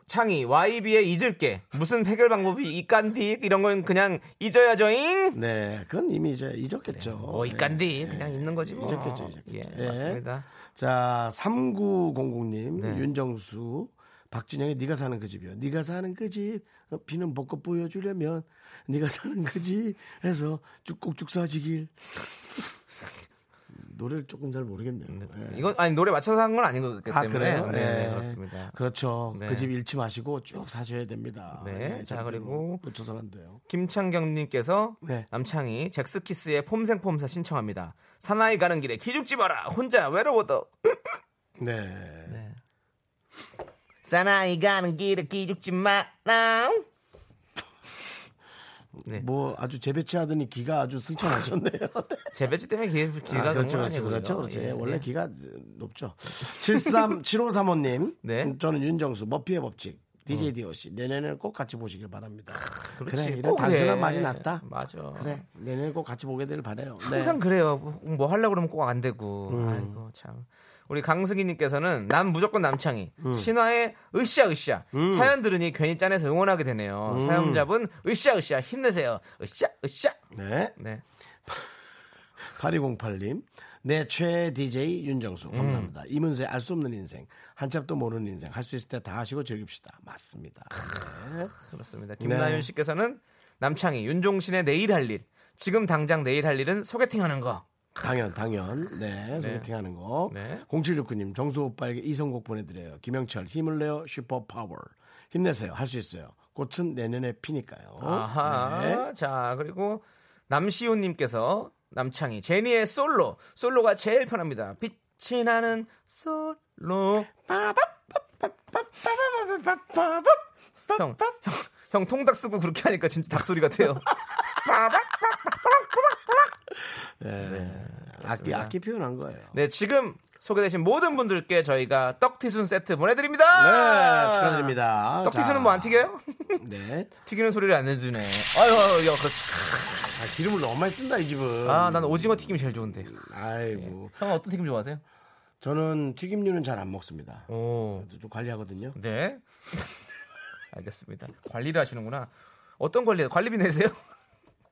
S2: 창이 YB에 잊을게. 무슨 해결 방법이 이깐디 이런 건 그냥 잊어야죠잉.
S1: 네 그건 이미 이제 잊었겠죠 네.
S2: 뭐 이깐디 그냥 잊는 거지 뭐.
S1: 잊었겠죠, 잊었겠죠.
S2: 예,
S1: 예.
S2: 맞습니다.
S1: 자 3900님
S2: 네.
S1: 윤정수 박진영의 네가 사는 그 집이요 네가 사는 그집 어, 비는 벚꽃 보여주려면 네가 사는 그 집 해서 쭉꼭쭉 사지길 노래를 조금 잘 모르겠네요
S2: 음.
S1: 예.
S2: 이건 아니 노래 맞춰서 한 건 아닌 것 같기
S1: 아,
S2: 때문에.
S1: 그래요?
S2: 네,
S1: 네.
S2: 네, 그렇습니다.
S1: 그렇죠.
S2: 네.
S1: 그 집 잃지 마시고 쭉 사셔야 됩니다.
S2: 네, 자,
S1: 절대로
S2: 그리고
S1: 놓쳐서는 안 돼요.
S2: 김창경님께서
S1: 네.
S2: 남창이 잭스키스의 폼생폼사 신청합니다. 사나이 가는 길에 기죽지 마라. 혼자 외로워도
S1: 네.
S2: 사나이 가는 길에 기죽지 마라. 네.
S1: 뭐 아주 재배치하더니 기가 아주 승천하셨네요.
S2: 재배지 때문에 기죽지가
S1: 아, 그렇죠, 그렇죠,
S2: 너무 많이
S1: 그렇죠,
S2: 걸려요.
S1: 그렇죠.
S2: 예,
S1: 원래
S2: 예.
S1: 기가 높죠. 73 7535님,
S2: 네. 어.
S1: 저는 윤정수 머피의 법칙. DJ 디오 씨 내년에는 꼭 같이 보시길 바랍니다.
S2: 그렇지,
S1: 래 이런
S2: 꼭 그래.
S1: 단순한 말이 낫다.
S2: 맞아.
S1: 그래 내년에 꼭 같이 보게 될 바래요. 네. 음.
S2: 항상 그래요. 뭐- 뭐 하려고 그러면 꼭 안 되고. 아이고 참. 우리 강승희님께서는 난 무조건 남창이
S1: 음.
S2: 신화의 으쌰 으쌰 사연 들으니 괜히 짠해서 응원하게 되네요.
S1: 음.
S2: 사연자분 으쌰 으쌰 힘내세요. 으쌰 으쌰.
S1: 네.
S2: 네.
S1: 8208님. 내 최애 DJ 윤정수 감사합니다. 이문세 알 수 없는 인생, 한참도 모르는 인생, 할 수 있을 때 다 하시고 즐깁시다. 맞습니다. 네.
S2: 그렇습니다. 김나윤 씨께서는 남창희 윤종신의 내일 할 일. 지금 당장 내일 할 일은 소개팅하는 거.
S1: 당연, 당연. 네, 소개팅하는 거.
S2: 네.
S1: 0769님 정수 오빠에게 이선곡 보내드려요. 김영철 힘을 내요 슈퍼 파워. 힘내세요. 할 수 있어요. 꽃은 내년에 피니까요.
S2: 어? 아하. 자 그리고 남시훈님께서 남창희 제니의 솔로. 솔로가 제일 편합니다. 빛이 나는 솔로. 형, 형, 형 통닭 쓰고 그렇게 하니까 진짜 닭 소리 같아요.
S1: 악기 악기 표현한 거예요.
S2: 네, 지금 소개되신 모든 분들께 저희가 떡튀순 세트 보내드립니다.
S1: 네, 축하드립니다.
S2: 떡튀순은
S1: 자,
S2: 뭐 안 튀겨요?
S1: 네.
S2: 튀기는 소리를 안 해주네. 아유, 아유, 야, 그렇지.
S1: 아, 기름을 너무 많이 쓴다 이 집은.
S2: 아, 난 오징어 튀김이 제일 좋은데.
S1: 아이고.
S2: 형은 어떤 튀김 좋아하세요?
S1: 저는 튀김류는 잘 안 먹습니다.
S2: 오,
S1: 좀 관리하거든요.
S2: 네. 알겠습니다. 관리를 하시는구나. 어떤 관리? 관리비 내세요?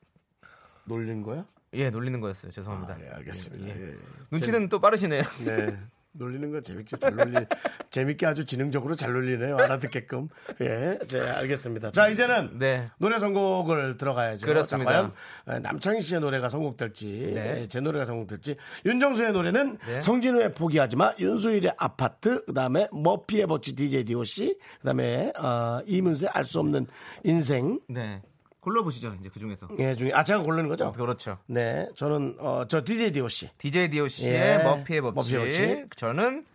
S1: 놀린 거야?
S2: 예, 놀리는 거였어요. 죄송합니다.
S1: 네, 알겠습니다.
S2: 예, 예.
S1: 예, 예.
S2: 눈치는 또 빠르시네요.
S1: 네. 놀리는 건 재밌게 잘 놀리, 재밌게 아주 지능적으로 잘 놀리네요. 알아듣게끔. 예, 네, 알겠습니다. 자, 이제는
S2: 네.
S1: 노래 선곡을 들어가야죠.
S2: 그렇습니다.
S1: 자, 과연 남창희 씨의 노래가 선곡될지,
S2: 네.
S1: 예, 제 노래가 선곡될지, 윤정수의 노래는
S2: 네.
S1: 성진우의 포기하지 마, 윤수일의 아파트, 그 다음에 머피의 버치 DJ DOC, 그 다음에 어, 이문세 알 수 없는 인생,
S2: 네. 골라보시죠, 이제 그 중에서.
S1: 예, 중에, 아, 제가 고르는 거죠?
S2: 그렇죠.
S1: 네, 저는 어, 저 DJ DOC.
S2: DJ DOC의
S1: 예,
S2: 머피의 법칙.
S1: 머피의 법칙.
S2: 저는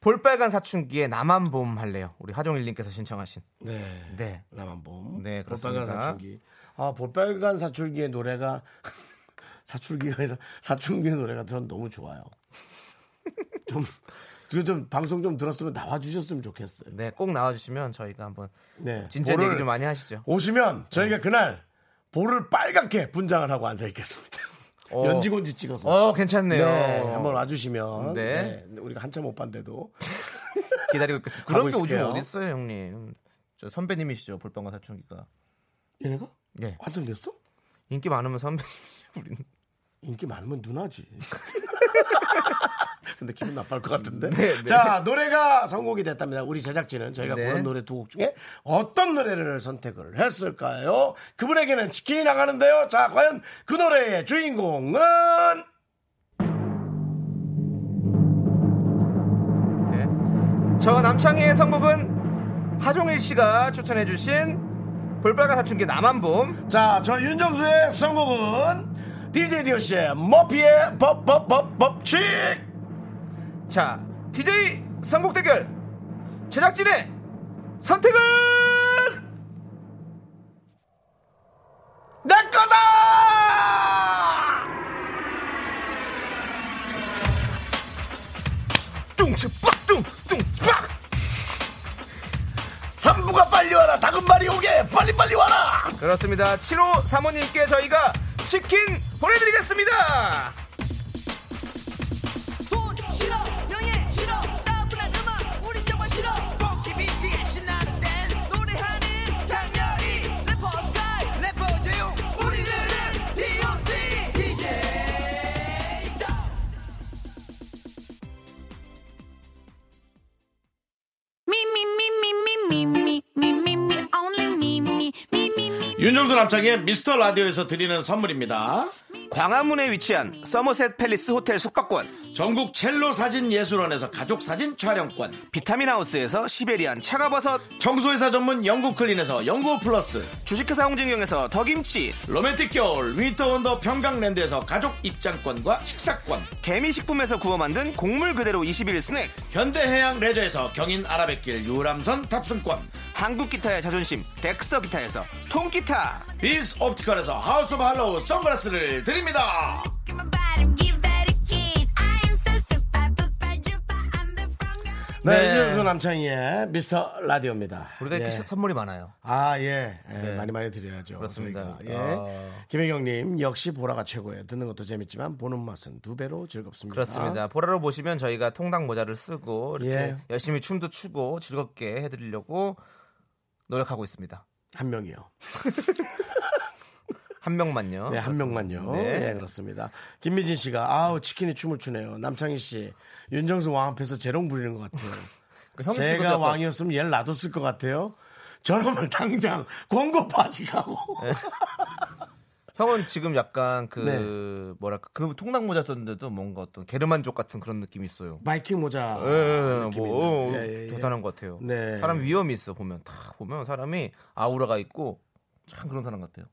S2: 볼빨간 사춘기에 나만 봄 할래요. 우리 하종일님께서 신청하신.
S1: 네.
S2: 네.
S1: 남한봄.
S2: 네, 그렇습니다.
S1: 볼빨간 사춘기. 아, 볼빨간 사춘기의 노래가 사춘기가 아니라 사춘기의 노래가 전 너무 좋아요. 좀 이거 좀 방송 좀 들었으면 나와 주셨으면 좋겠어요.
S2: 네, 꼭 나와주시면 저희가 한번
S1: 네.
S2: 진짜
S1: 볼을
S2: 얘기 좀 많이 하시죠.
S1: 오시면 저희가 그날 볼을 빨갛게 분장을 하고 앉아 있겠습니다.
S2: 어.
S1: 연지곤지 찍어서.
S2: 어, 괜찮네요.
S1: 네, 한번 와주시면.
S2: 네.
S1: 네. 우리가 한참 못 봤는데도.
S2: 기다리고 있겠습니다. 그런 게
S1: 가고
S2: 요즘
S1: 있을게요.
S2: 어디 있어요, 형님? 저 선배님이시죠, 볼빵과 사춘기가.
S1: 얘네가?
S2: 예.
S1: 한참 됐어?
S2: 인기 많으면 선배 우리는
S1: 인기 많으면 누나지. 근데 기분 나빠할 것 같은데. 자, 노래가 선곡이 됐답니다. 우리 제작진은 저희가
S2: 네.
S1: 고른 노래 두 곡 중에 어떤 노래를 선택을 했을까요? 그분에게는 치킨이 나가는데요. 자, 과연 그 노래의 주인공은
S2: 저 남창희의 선곡은 하종일 씨가 추천해주신 볼빨간 사춘기 남한봄
S1: 자, 저 윤정수의 선곡은 DJ 디오 씨의 머피의 법법법 법칙.
S2: 자 DJ 선곡 대결 제작진의 선택은 내 거다
S1: 뚱치빡뚱 뚱치빡. 삼부가 빨리 와라. 다금발이 오게. 빨리 빨리 와라.
S2: 그렇습니다 7호 사모님께 저희가 치킨 보내드리겠습니다
S10: 윤정수 남창의 미스터 라디오에서 드리는 선물입니다.
S2: 광화문에 위치한 서머셋 팰리스 호텔 숙박권
S10: 전국 첼로 사진 예술원에서 가족 사진 촬영권.
S2: 비타민 하우스에서 시베리안 차가버섯
S10: 청소회사 전문 영국 클린에서 영국 플러스.
S2: 주식회사 홍진경에서 더김치
S10: 로맨틱 겨울 위터 원더 평강랜드에서 가족 입장권과 식사권.
S2: 개미식품에서 구워 만든 곡물 그대로 21 스낵
S10: 현대해양 레저에서 경인 아라뱃길 유람선 탑승권.
S2: 한국 기타의 자존심 덱스터 기타에서 통기타
S10: 비스 옵티컬에서 하우스 오브 할로우 선글라스를 드립니다.
S1: 네,
S2: 네.
S1: 윤정수 남창희의 미스터 라디오입니다.
S2: 우리가 이렇게
S1: 예.
S2: 시- 선물이 많아요
S1: 아, 예. 예, 많이 많이 드려야죠.
S2: 그렇습니다.
S1: 저희가. 예.
S2: 아.
S1: 김혜경님, 역시 보라가 최고예요. 듣는 것도 재밌지만 보는 맛은 두 배로 즐겁습니다.
S2: 그렇습니다 보라로 보시면 저희가 통당 모자를 쓰고 이렇게
S1: 아. 예.
S2: 열심히 춤도 추고 즐겁게 해드리려고 노력하고 있습니다
S1: 한 명이요.
S2: 한 명만요
S1: 네, 한 명만요.
S2: 네.
S1: 네, 그렇습니다. 김미진 씨가, 아우, 치킨이 춤을 추네요. 남창희 씨, 윤정수 왕 앞에서 재롱 부리는 것 같아요.
S2: 그 형식도
S1: 제가
S2: 약간-
S1: 왕이었으면 얘를 놔뒀을 것 같아요. 저놈을 당장 권고 바지 가고.
S2: 형은 지금 약간 그
S1: 네.
S2: 뭐랄까 그 통당 모자 썼는데도 뭔가 어떤 게르만족 같은 그런 느낌이 있어요
S1: 바이킹 모자.
S2: 예, 예,
S1: 아, 느낌이
S2: 뭐, 어,
S1: 있는. 예, 예, 예.
S2: 대단한 것 같아요.
S1: 네.
S2: 사람 위험이 있어 보면 딱 보면 사람이 아우라가 있고 참 그런 사람 같아요.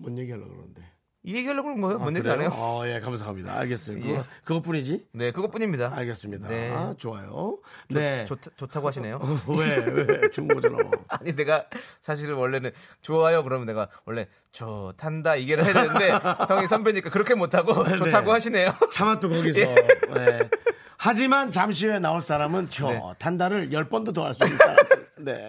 S1: 뭔 얘기하려고 그러는데.
S2: 이 얘기하려고 그런 거예요? 뭔 얘기
S1: 그래요?
S2: 안 해요?
S1: 어, 예, 감사합니다. 알겠어요.
S2: 예.
S1: 그거, 그것뿐이지?
S2: 네, 그것뿐입니다.
S1: 알겠습니다.
S2: 네.
S1: 아, 좋아요. 네. 어,
S2: 좋, 좋다고 하시네요.
S1: 왜, 왜? 좋은 거잖아.
S2: 아니 내가 사실은 원래는 좋아요 그러면 내가 원래 좋단다 이게를 해야 되는데 형이 선배니까 그렇게 못하고 좋다고 하시네요.
S1: 차마 또 거기서.
S2: 예.
S1: 네. 하지만 잠시 후에 나올 사람은 저
S2: 네.
S1: 단다를 열 번도 더 할 수 있다. 네.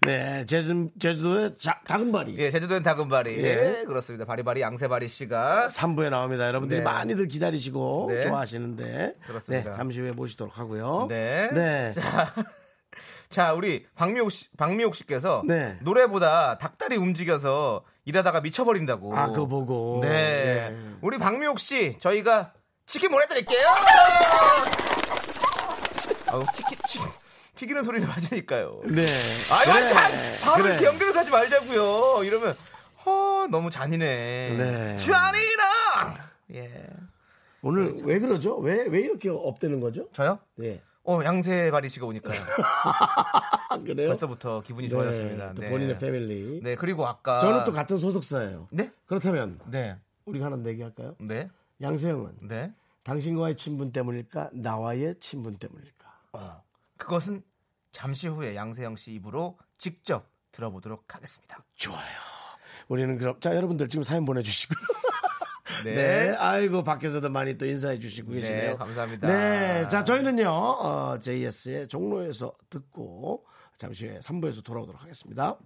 S1: 네. 제주, 제주도의 자, 당발이.
S2: 예, 제주도엔 다금바리.
S1: 예.
S2: 예, 그렇습니다. 바리바리 양세바리 씨가
S1: 3부에 나옵니다. 여러분들이
S2: 네.
S1: 많이들 기다리시고
S2: 네.
S1: 좋아하시는데.
S2: 그렇습니다.
S1: 네. 잠시 후에 모시도록 하고요.
S2: 네.
S1: 네.
S2: 자, 자 우리 박미옥 씨, 박미옥 씨께서
S1: 네.
S2: 노래보다 닭다리 움직여서 일하다가 미쳐버린다고.
S1: 아, 그거 보고.
S2: 네.
S1: 네.
S2: 우리 박미옥 씨 저희가 치킨 보내드릴게요. 아우, 치킨, 치킨. 튀기는 소리를 하시니까요.
S1: 네.
S2: 아유,
S1: 그래.
S2: 다, 바로
S1: 그래.
S2: 이렇게 연결하지 말자고요. 이러면 허 너무 잔인해.
S1: 네.
S2: 잔인아. 예.
S1: 오늘
S2: 네.
S1: 왜 그러죠? 왜 왜 이렇게 업되는 거죠?
S2: 저요?
S1: 네.
S2: 어 양세바리 씨가 오니까요.
S1: 아 그래요?
S2: 벌써부터 기분이 좋아졌습니다.
S1: 또
S2: 네.
S1: 본인의 패밀리.
S2: 네 그리고 아까
S1: 저는 또 같은 소속사예요.
S2: 네?
S1: 그렇다면
S2: 네.
S1: 우리가 하나 내기할까요?
S2: 네.
S1: 양세형은
S2: 네.
S1: 당신과의 친분 때문일까? 나와의 친분 때문일까?
S2: 그것은 잠시 후에 양세형 씨 입으로 직접 들어보도록 하겠습니다.
S1: 좋아요. 우리는 그럼 자 여러분들 지금 사연 보내주시고.
S2: 네.
S1: 네. 아이고 밖에서도 많이 또 인사해 주시고 계시네요.
S2: 감사합니다.
S1: 네, 자 저희는요 어, JS의 종로에서 듣고 잠시 후에 3부에서 돌아오도록 하겠습니다.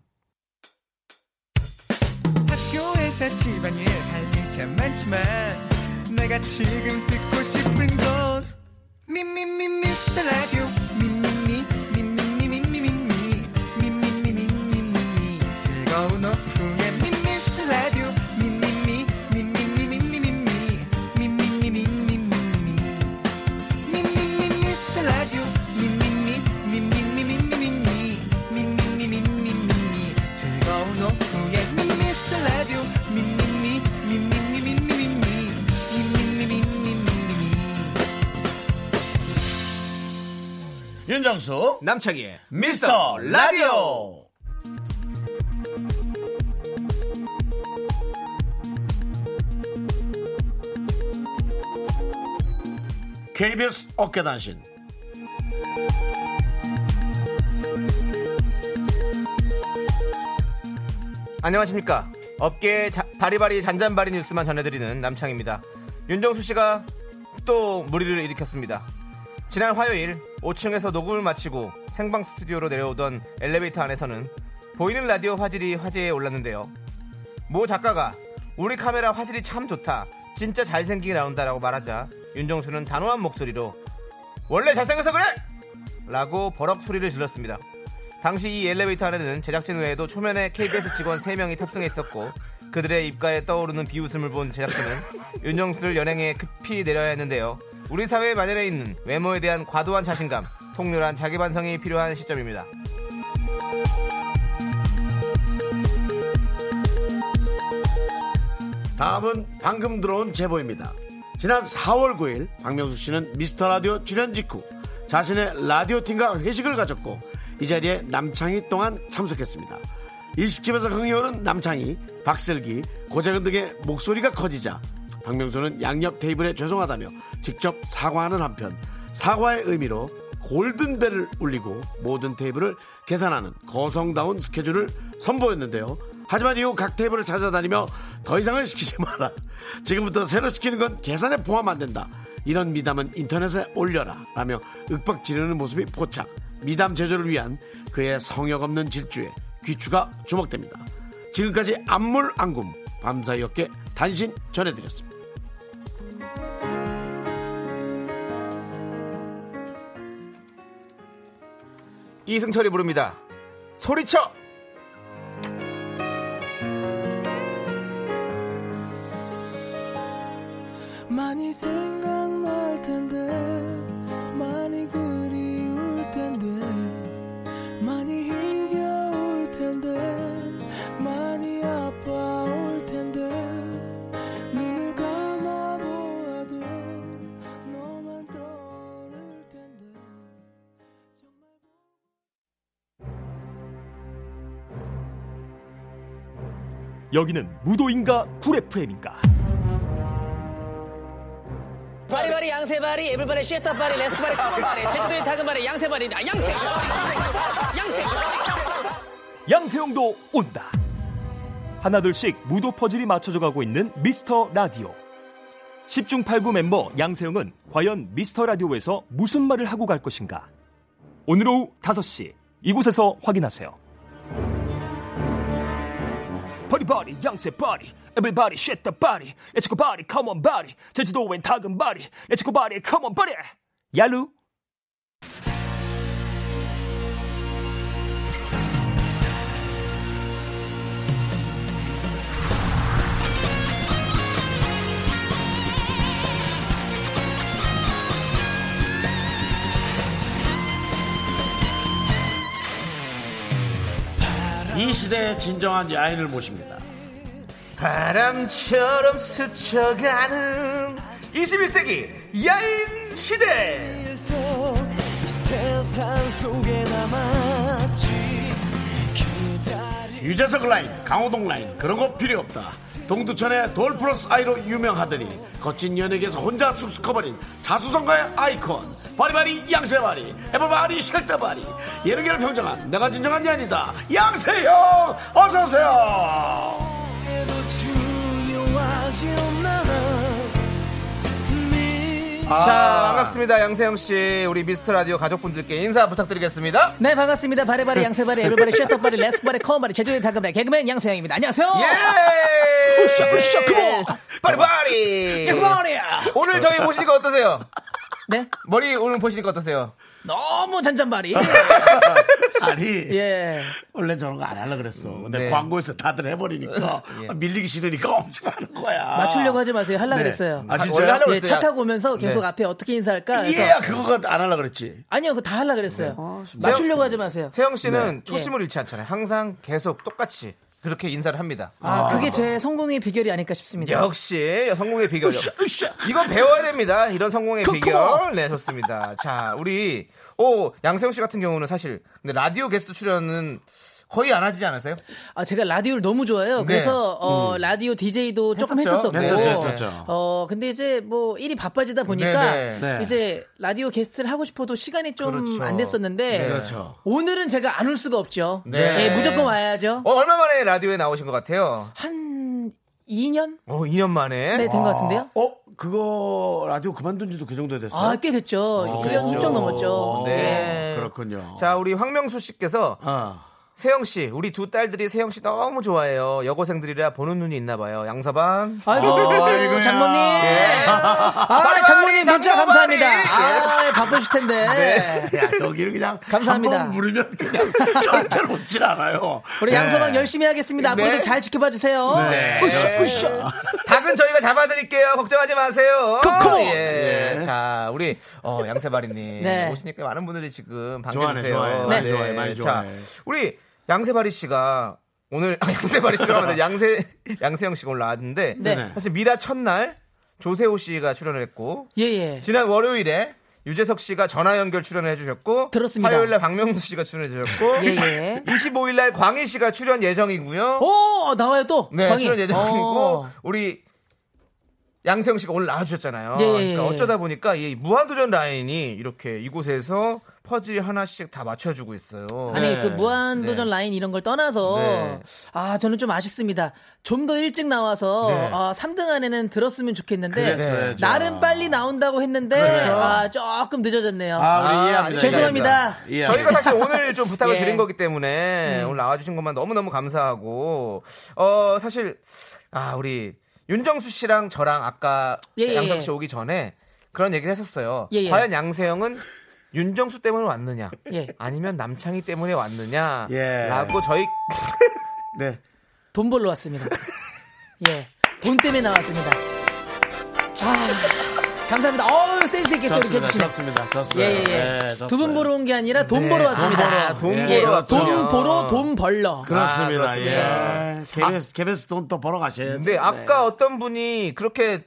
S3: 학교
S8: 학교에서 집안일 할 일 참 많지만 내가 지금 듣고 싶은 건 미미미 미스터 라디오 미미미 미미미 미미미 미미미 미미미 즐거운 오후에 미스터 라디오 미미미 미미미 미미미 미미미 미미미 미미미 미스터 라디오 미미미 미미미 미미미 미미미 미미미 즐거운 오후에 미스터 라디오 미미미 미미미 미미미 미미미
S1: 윤정수
S2: 남창희의
S1: 미스터 라디오 KBS 어깨단신
S2: 안녕하십니까. 업계의 자- 바리바리 잔잔바리 뉴스만 전해드리는 남창입니다. 윤정수 씨가 또 무리를 일으켰습니다. 지난 화요일 5층에서 녹음을 마치고 생방 스튜디오로 내려오던 엘리베이터 안에서는 보이는 라디오 화질이 화제에 올랐는데요. 모 작가가 우리 카메라 화질이 참 좋다. 진짜 잘생기게 나온다라고 말하자 윤정수는 단호한 목소리로 원래 잘생겨서 그래! 라고 버럭 소리를 질렀습니다. 당시 이 엘리베이터 안에는 제작진 외에도 초면에 KBS 직원 3명이 탑승해 있었고 그들의 입가에 떠오르는 비웃음을 본 제작진은 윤정수를 연행해 급히 내려야 했는데요. 우리 사회에 만연해 있는 외모에 대한 과도한 자신감, 통렬한 자기 반성이 필요한 시점입니다.
S1: 다음은 방금 들어온 제보입니다. 지난 4월 9일 박명수 씨는 미스터 라디오 출연 직후 자신의 라디오 팀과 회식을 가졌고 이 자리에 남창희 또한 참석했습니다. 일식집에서 흥이오른 남창희, 박슬기, 고재근 등의 목소리가 커지자 박명수는 양옆 테이블에 죄송하다며 직접 사과하는 한편 사과의 의미로 골든벨을 울리고 모든 테이블을 계산하는 거성다운 스케줄을 선보였는데요. 하지만 이후 각 테이블을 찾아다니며 더 이상은 시키지 마라. 지금부터 새로 시키는 건 계산에 포함 안 된다. 이런 미담은 인터넷에 올려라. 라며 윽박 지르는 모습이 포착. 미담 제조를 위한 그의 성역 없는 질주에 귀추가 주목됩니다. 지금까지 안물 안굼 밤사이 어깨 단신 전해드렸습니다.
S2: 이승철이 부릅니다. 소리쳐!
S8: 많이 생각날 텐데 많이 그리울 텐데 많이 힘겨울 텐데 많이 아파올 텐데 눈을 감아보아도 너만 떠오를 텐데
S11: 여기는 무도인가 구레프엠인가
S5: 바리바리 양세바리 에블바리 쉐타바리 레스바리 꼬마바리 제주도의 다금바리 양세바리 아, 양세 양세
S11: 양세형도 온다 하나둘씩 무도 퍼즐이 맞춰져 가고 있는 미스터 라디오 10중 8구 멤버 양세형은 과연 미스터 라디오에서 무슨 말을 하고 갈 것인가 오늘 오후 5시 이곳에서 확인하세요 바리바리 양세바리 에블바리 쉐타바리 내 친구 바리 컴온 바리 제주도엔 다금바리 내 친구 바리 컴온 바리 야루
S1: 이 시대의 진정한 야인을 모십니다.
S2: 바람처럼 스쳐가는 21세기 야인 시대!
S8: 세상 속에 남았지
S1: 유재석 라인, 강호동 라인 그런 거 필요 없다. 동두천의 돌 플러스 아이로 유명하더니 거친 연예계에서 혼자 쑥쑥 커버린 자수성가의 아이콘 바리바리 양세바리 에버바리 쉘터바리 예능계를 평정한 내가 진정한 연이다 양세형 어서 오세요.
S8: 중요하지 않아 미
S2: 자, 반갑습니다. 양세형 씨. 우리 미스터 라디오 가족분들께 인사 부탁드리겠습니다.
S5: 네 반갑습니다 바리바리 양세바리 에블바리 쉐터바리 레스바리 커머바리 제주도 다금바리 개그맨 양세형입니다 안녕하세요
S2: 예!
S5: 으쌰 으쌰 그모
S2: 빠리빠리!
S5: 예스바리
S2: 오늘 저희 보시니까 어떠세요?
S5: 네?
S2: 머리 오늘 보시니까 어떠세요?
S5: 너무 잔잔바리
S1: 아니
S5: 예. 네.
S1: 원래 저런 거 안 하려 그랬어. 근데 광고에서 다들 해버리니까 밀리기 싫으니까 엄청 하는 거야.
S5: 예. 맞추려고 하지 마세요 하려고
S1: 네.
S5: 그랬어요
S1: 아, 진짜요?
S5: 원래
S2: 네.
S5: 하려고 예.
S1: 예,
S5: 그랬어요. 차 타고 오면서 계속
S1: 네.
S5: 앞에 어떻게 인사할까
S2: 예.
S5: 해서
S1: 이해야 그거가 안 하려 그랬지.
S5: 아니요 그거 다 하려고
S2: 네.
S5: 그랬어요 맞추려고 하지 마세요
S2: 세영 씨는
S5: 네. 예.
S2: 초심을 잃지 않잖아요. 항상 계속 똑같이 그렇게 인사를 합니다.
S5: 아, 그게 제 성공의 비결이 아닐까 싶습니다.
S2: 역시 성공의 비결.
S5: 으쌰, 으쌰.
S2: 이건 배워야 됩니다. 이런 성공의
S5: 그,
S2: 비결.
S5: 고마워.
S2: 네, 좋습니다. 자, 우리 오 양세형 씨 같은 경우는 사실 근데 라디오 게스트 출연은 거의 안 하지 않았어요?
S5: 아, 제가 라디오를 너무 좋아해요.
S2: 네.
S5: 그래서 어,
S2: 음.
S5: 라디오 DJ도 조금
S2: 했었죠.
S5: 했었었고.
S2: 했었죠, 했었죠.
S5: 어, 근데 이제 뭐 일이 바빠지다 보니까
S2: 네, 네. 네.
S5: 이제 라디오 게스트를 하고 싶어도 시간이 좀 안
S2: 그렇죠.
S5: 됐었는데
S2: 네. 그렇죠.
S5: 오늘은 제가 안 올 수가 없죠.
S2: 네.
S5: 예, 무조건 와야죠.
S2: 어, 얼마 만에 라디오에 나오신 것 같아요?
S5: 한 2년?
S2: 어, 2년 만에.
S5: 네, 된 것
S2: 와.
S5: 같은데요.
S1: 어, 그거 라디오 그만둔 지도 그 정도 됐어요. 어.
S5: 아, 꽤 됐죠. 1년 훌쩍 넘었죠. 예.
S2: 네.
S1: 그렇군요. 어.
S2: 자, 우리 황명수 씨께서 세영 씨, 우리 두 딸들이 세영 씨 너무 좋아해요. 여고생들이라 보는 눈이 있나 봐요. 양사방.
S1: 어,
S5: 어, 아이고,
S2: 아이고야.
S5: 장모님.
S2: 예.
S5: 아, 장모님 진짜
S2: 장모님.
S5: 감사합니다. 아, 바쁘실 텐데.
S1: 야, 여기를 그냥
S5: 감사합니다.
S1: 한번 물으면 그냥 절대로 없질 않아요.
S5: 우리
S1: 네.
S5: 양서방 열심히 어, 하겠습니다.
S2: 네.
S5: 앞으로도 잘 지켜봐 주세요.
S1: 네.
S5: 으쌰, 으쌰.
S2: 닭은 저희가 잡아드릴게요. 걱정하지 마세요.
S5: 코코!
S2: 예. 자, 우리 어, 양세바리님
S5: 네.
S2: 오시니까 많은 분들이 지금
S1: 좋아하네,
S2: 반겨주세요.
S1: 좋아해. 많이
S2: 네.
S1: 좋아해, 많이 좋아해.
S2: 자, 우리 양세바리 씨가 오늘 아, 양세바리 씨가 맞아 양세 양세형 씨가 올라 왔는데
S5: 네.
S2: 사실 미라 첫날 조세호 씨가 출연을 했고
S5: 예, 예.
S2: 지난 월요일에 유재석 씨가 전화 연결 출연을 해주셨고
S5: 들었습니다.
S2: 화요일날 박명수 씨가 출연해 주셨고
S5: 예, 예.
S2: 25일날 광희 씨가 출연 예정이고요.
S5: 오, 나와요 또.
S2: 네,
S5: 어? 광희.
S2: 출연 예정이고
S5: 어.
S2: 우리 양세형 씨가 오늘 나와주셨잖아요.
S5: 예, 예,
S2: 그러니까
S5: 예.
S2: 어쩌다 보니까 이 무한도전 라인이 이렇게 이곳에서 퍼즐 하나씩 다 맞춰주고 있어요.
S5: 아니 그 무한도전 라인 이런 걸 떠나서
S2: 네.
S5: 아 저는 좀 아쉽습니다. 좀 더 일찍 나와서
S2: 네.
S5: 아, 3등 안에는 들었으면 좋겠는데
S1: 그랬어야죠.
S5: 나름 빨리 나온다고 했는데
S1: 그렇죠.
S5: 아 조금 늦어졌네요.
S1: 아, 우리 이해합니다.
S5: 죄송합니다.
S1: 이해합니다.
S2: 저희가 사실 오늘 좀 부탁을
S5: 예. 음.
S2: 드린 거기 때문에 오늘 나와주신 것만 너무너무 감사하고 어 사실 아 우리 윤정수 씨랑 저랑 아까
S5: 예, 예,
S2: 양석 씨
S5: 예.
S2: 오기 전에 그런 얘기를 했었어요.
S5: 예, 예.
S2: 과연 양세형은 윤정수 때문에 왔느냐
S5: 예.
S2: 아니면 남창희 때문에 왔느냐라고
S1: 예.
S2: 저희
S1: 네.
S5: 돈 벌러 왔습니다. 예. 돈 때문에 나왔습니다. 아, 감사합니다. 어우, 센스 있게 또 이렇게
S1: 좋습니다.
S5: 해주시네.
S1: 좋습니다. 좋습니다.
S5: 예, 예,
S1: 네,
S5: 예.
S1: 좋습니다.
S5: 두 분 보러 온 게 아니라 돈 보러 왔습니다.
S2: 돈
S1: 예.
S5: 예,
S2: 보러 왔죠.
S5: 돈 보러, 돈 벌러.
S1: 그렇습니다.
S2: 아, 그렇습니다.
S1: 예. KBS, KBS 돈 또 벌어 가셔야죠.
S5: 네.
S2: 근데 네, 아까 어떤 분이 그렇게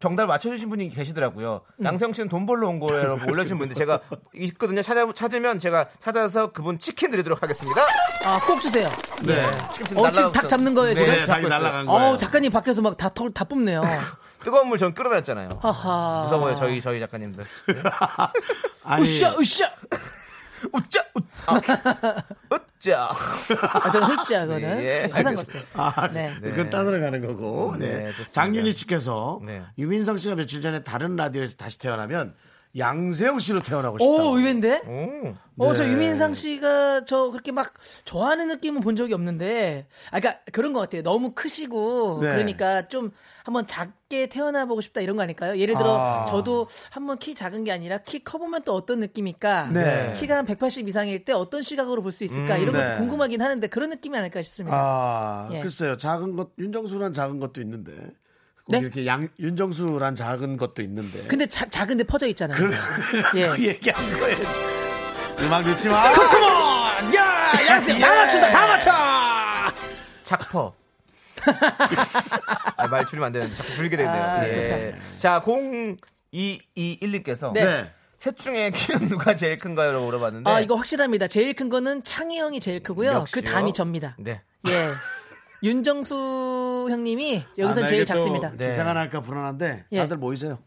S2: 정답을 맞춰주신 분이 계시더라고요.
S5: 음.
S2: 양세형 씨는 돈 벌러 온 거예요. 라고 올려주신 분인데 제가 있거든요. 찾아, 찾으면 제가 찾아서 그분 치킨 드리도록 하겠습니다.
S5: 아, 꼭 주세요.
S1: 네.
S2: 치킨
S5: 어,
S2: 날라가고
S5: 지금 닭 잡는
S2: 네,
S5: 거예요, 지금?
S1: 네, 닭이
S2: 잡고 있어요.
S1: 날라간 거예요.
S5: 어우, 작가님 밖에서 막 다 털, 다 뽑네요.
S2: 뜨거운 물 전 끓여놨잖아요.
S5: 하하.
S2: 무서워요, 저희, 저희 작가님들.
S1: 아니,
S5: 으쌰, 으쌰!
S2: 웃자, 웃자. 아. 웃자.
S5: 아, 그건 흑자, 그거는.
S2: 예,
S5: 예, 화상 같아요.
S1: 아,
S5: 네. 음,
S1: 그건 따스러 가는 거고.
S2: 네,
S1: 네.
S2: 좋습니다.
S1: 장윤희 씨께서
S2: 네.
S1: 유민상 씨가 며칠 전에 다른 라디오에서 다시 태어나면 양세형 씨로 태어나고 싶다.
S5: 오, 의외인데?
S2: 오.
S5: 어, 저 유민상 씨가 저 그렇게 막 좋아하는 느낌은 본 적이 없는데, 아, 그러니까 그런 것 같아요. 너무 크시고,
S1: 네.
S5: 그러니까 좀 한번 작게 태어나 보고 싶다 이런 거 아닐까요? 예를 들어, 저도 한번 키 작은 게 아니라 키 커보면 또 어떤 느낌일까?
S1: 네.
S5: 키가 한 180 이상일 때 어떤 시각으로 볼 수 있을까? 이런 것도
S1: 네.
S5: 궁금하긴 하는데 그런 느낌이 아닐까 싶습니다.
S1: 아,
S5: 예.
S1: 글쎄요. 작은 것, 윤정수란 작은 것도 있는데. 꼭
S5: 네?
S1: 이렇게 양, 윤정수란 작은 것도 있는데.
S5: 근데 자- 작은데 퍼져 있잖아요.
S1: 그걸
S5: 예.
S1: 얘기한 거예요. 음악 듣지 마.
S5: 컴온! 야! 아, 양쌤, 다 맞춘다, 다 맞춰!
S2: 예. 작퍼. 아, 말 줄이면 안 되는데 자꾸 줄이게 되네요.
S5: 아,
S2: 예. 자, 0221님께서
S5: 네.
S2: 셋 중에 키는 누가 제일 큰가요? 라고 물어봤는데
S5: 아, 이거 확실합니다. 제일 큰 거는 창희 형이 제일 크고요.
S2: 역시요.
S5: 그 다음이 접니다.
S2: 네.
S5: 예. 윤정수 형님이
S1: 아,
S5: 여기서
S1: 나
S5: 제일
S1: 이게 또
S5: 작습니다.
S2: 네.
S1: 기사가 날까 불안한데
S5: 예.
S1: 다들 모이세요.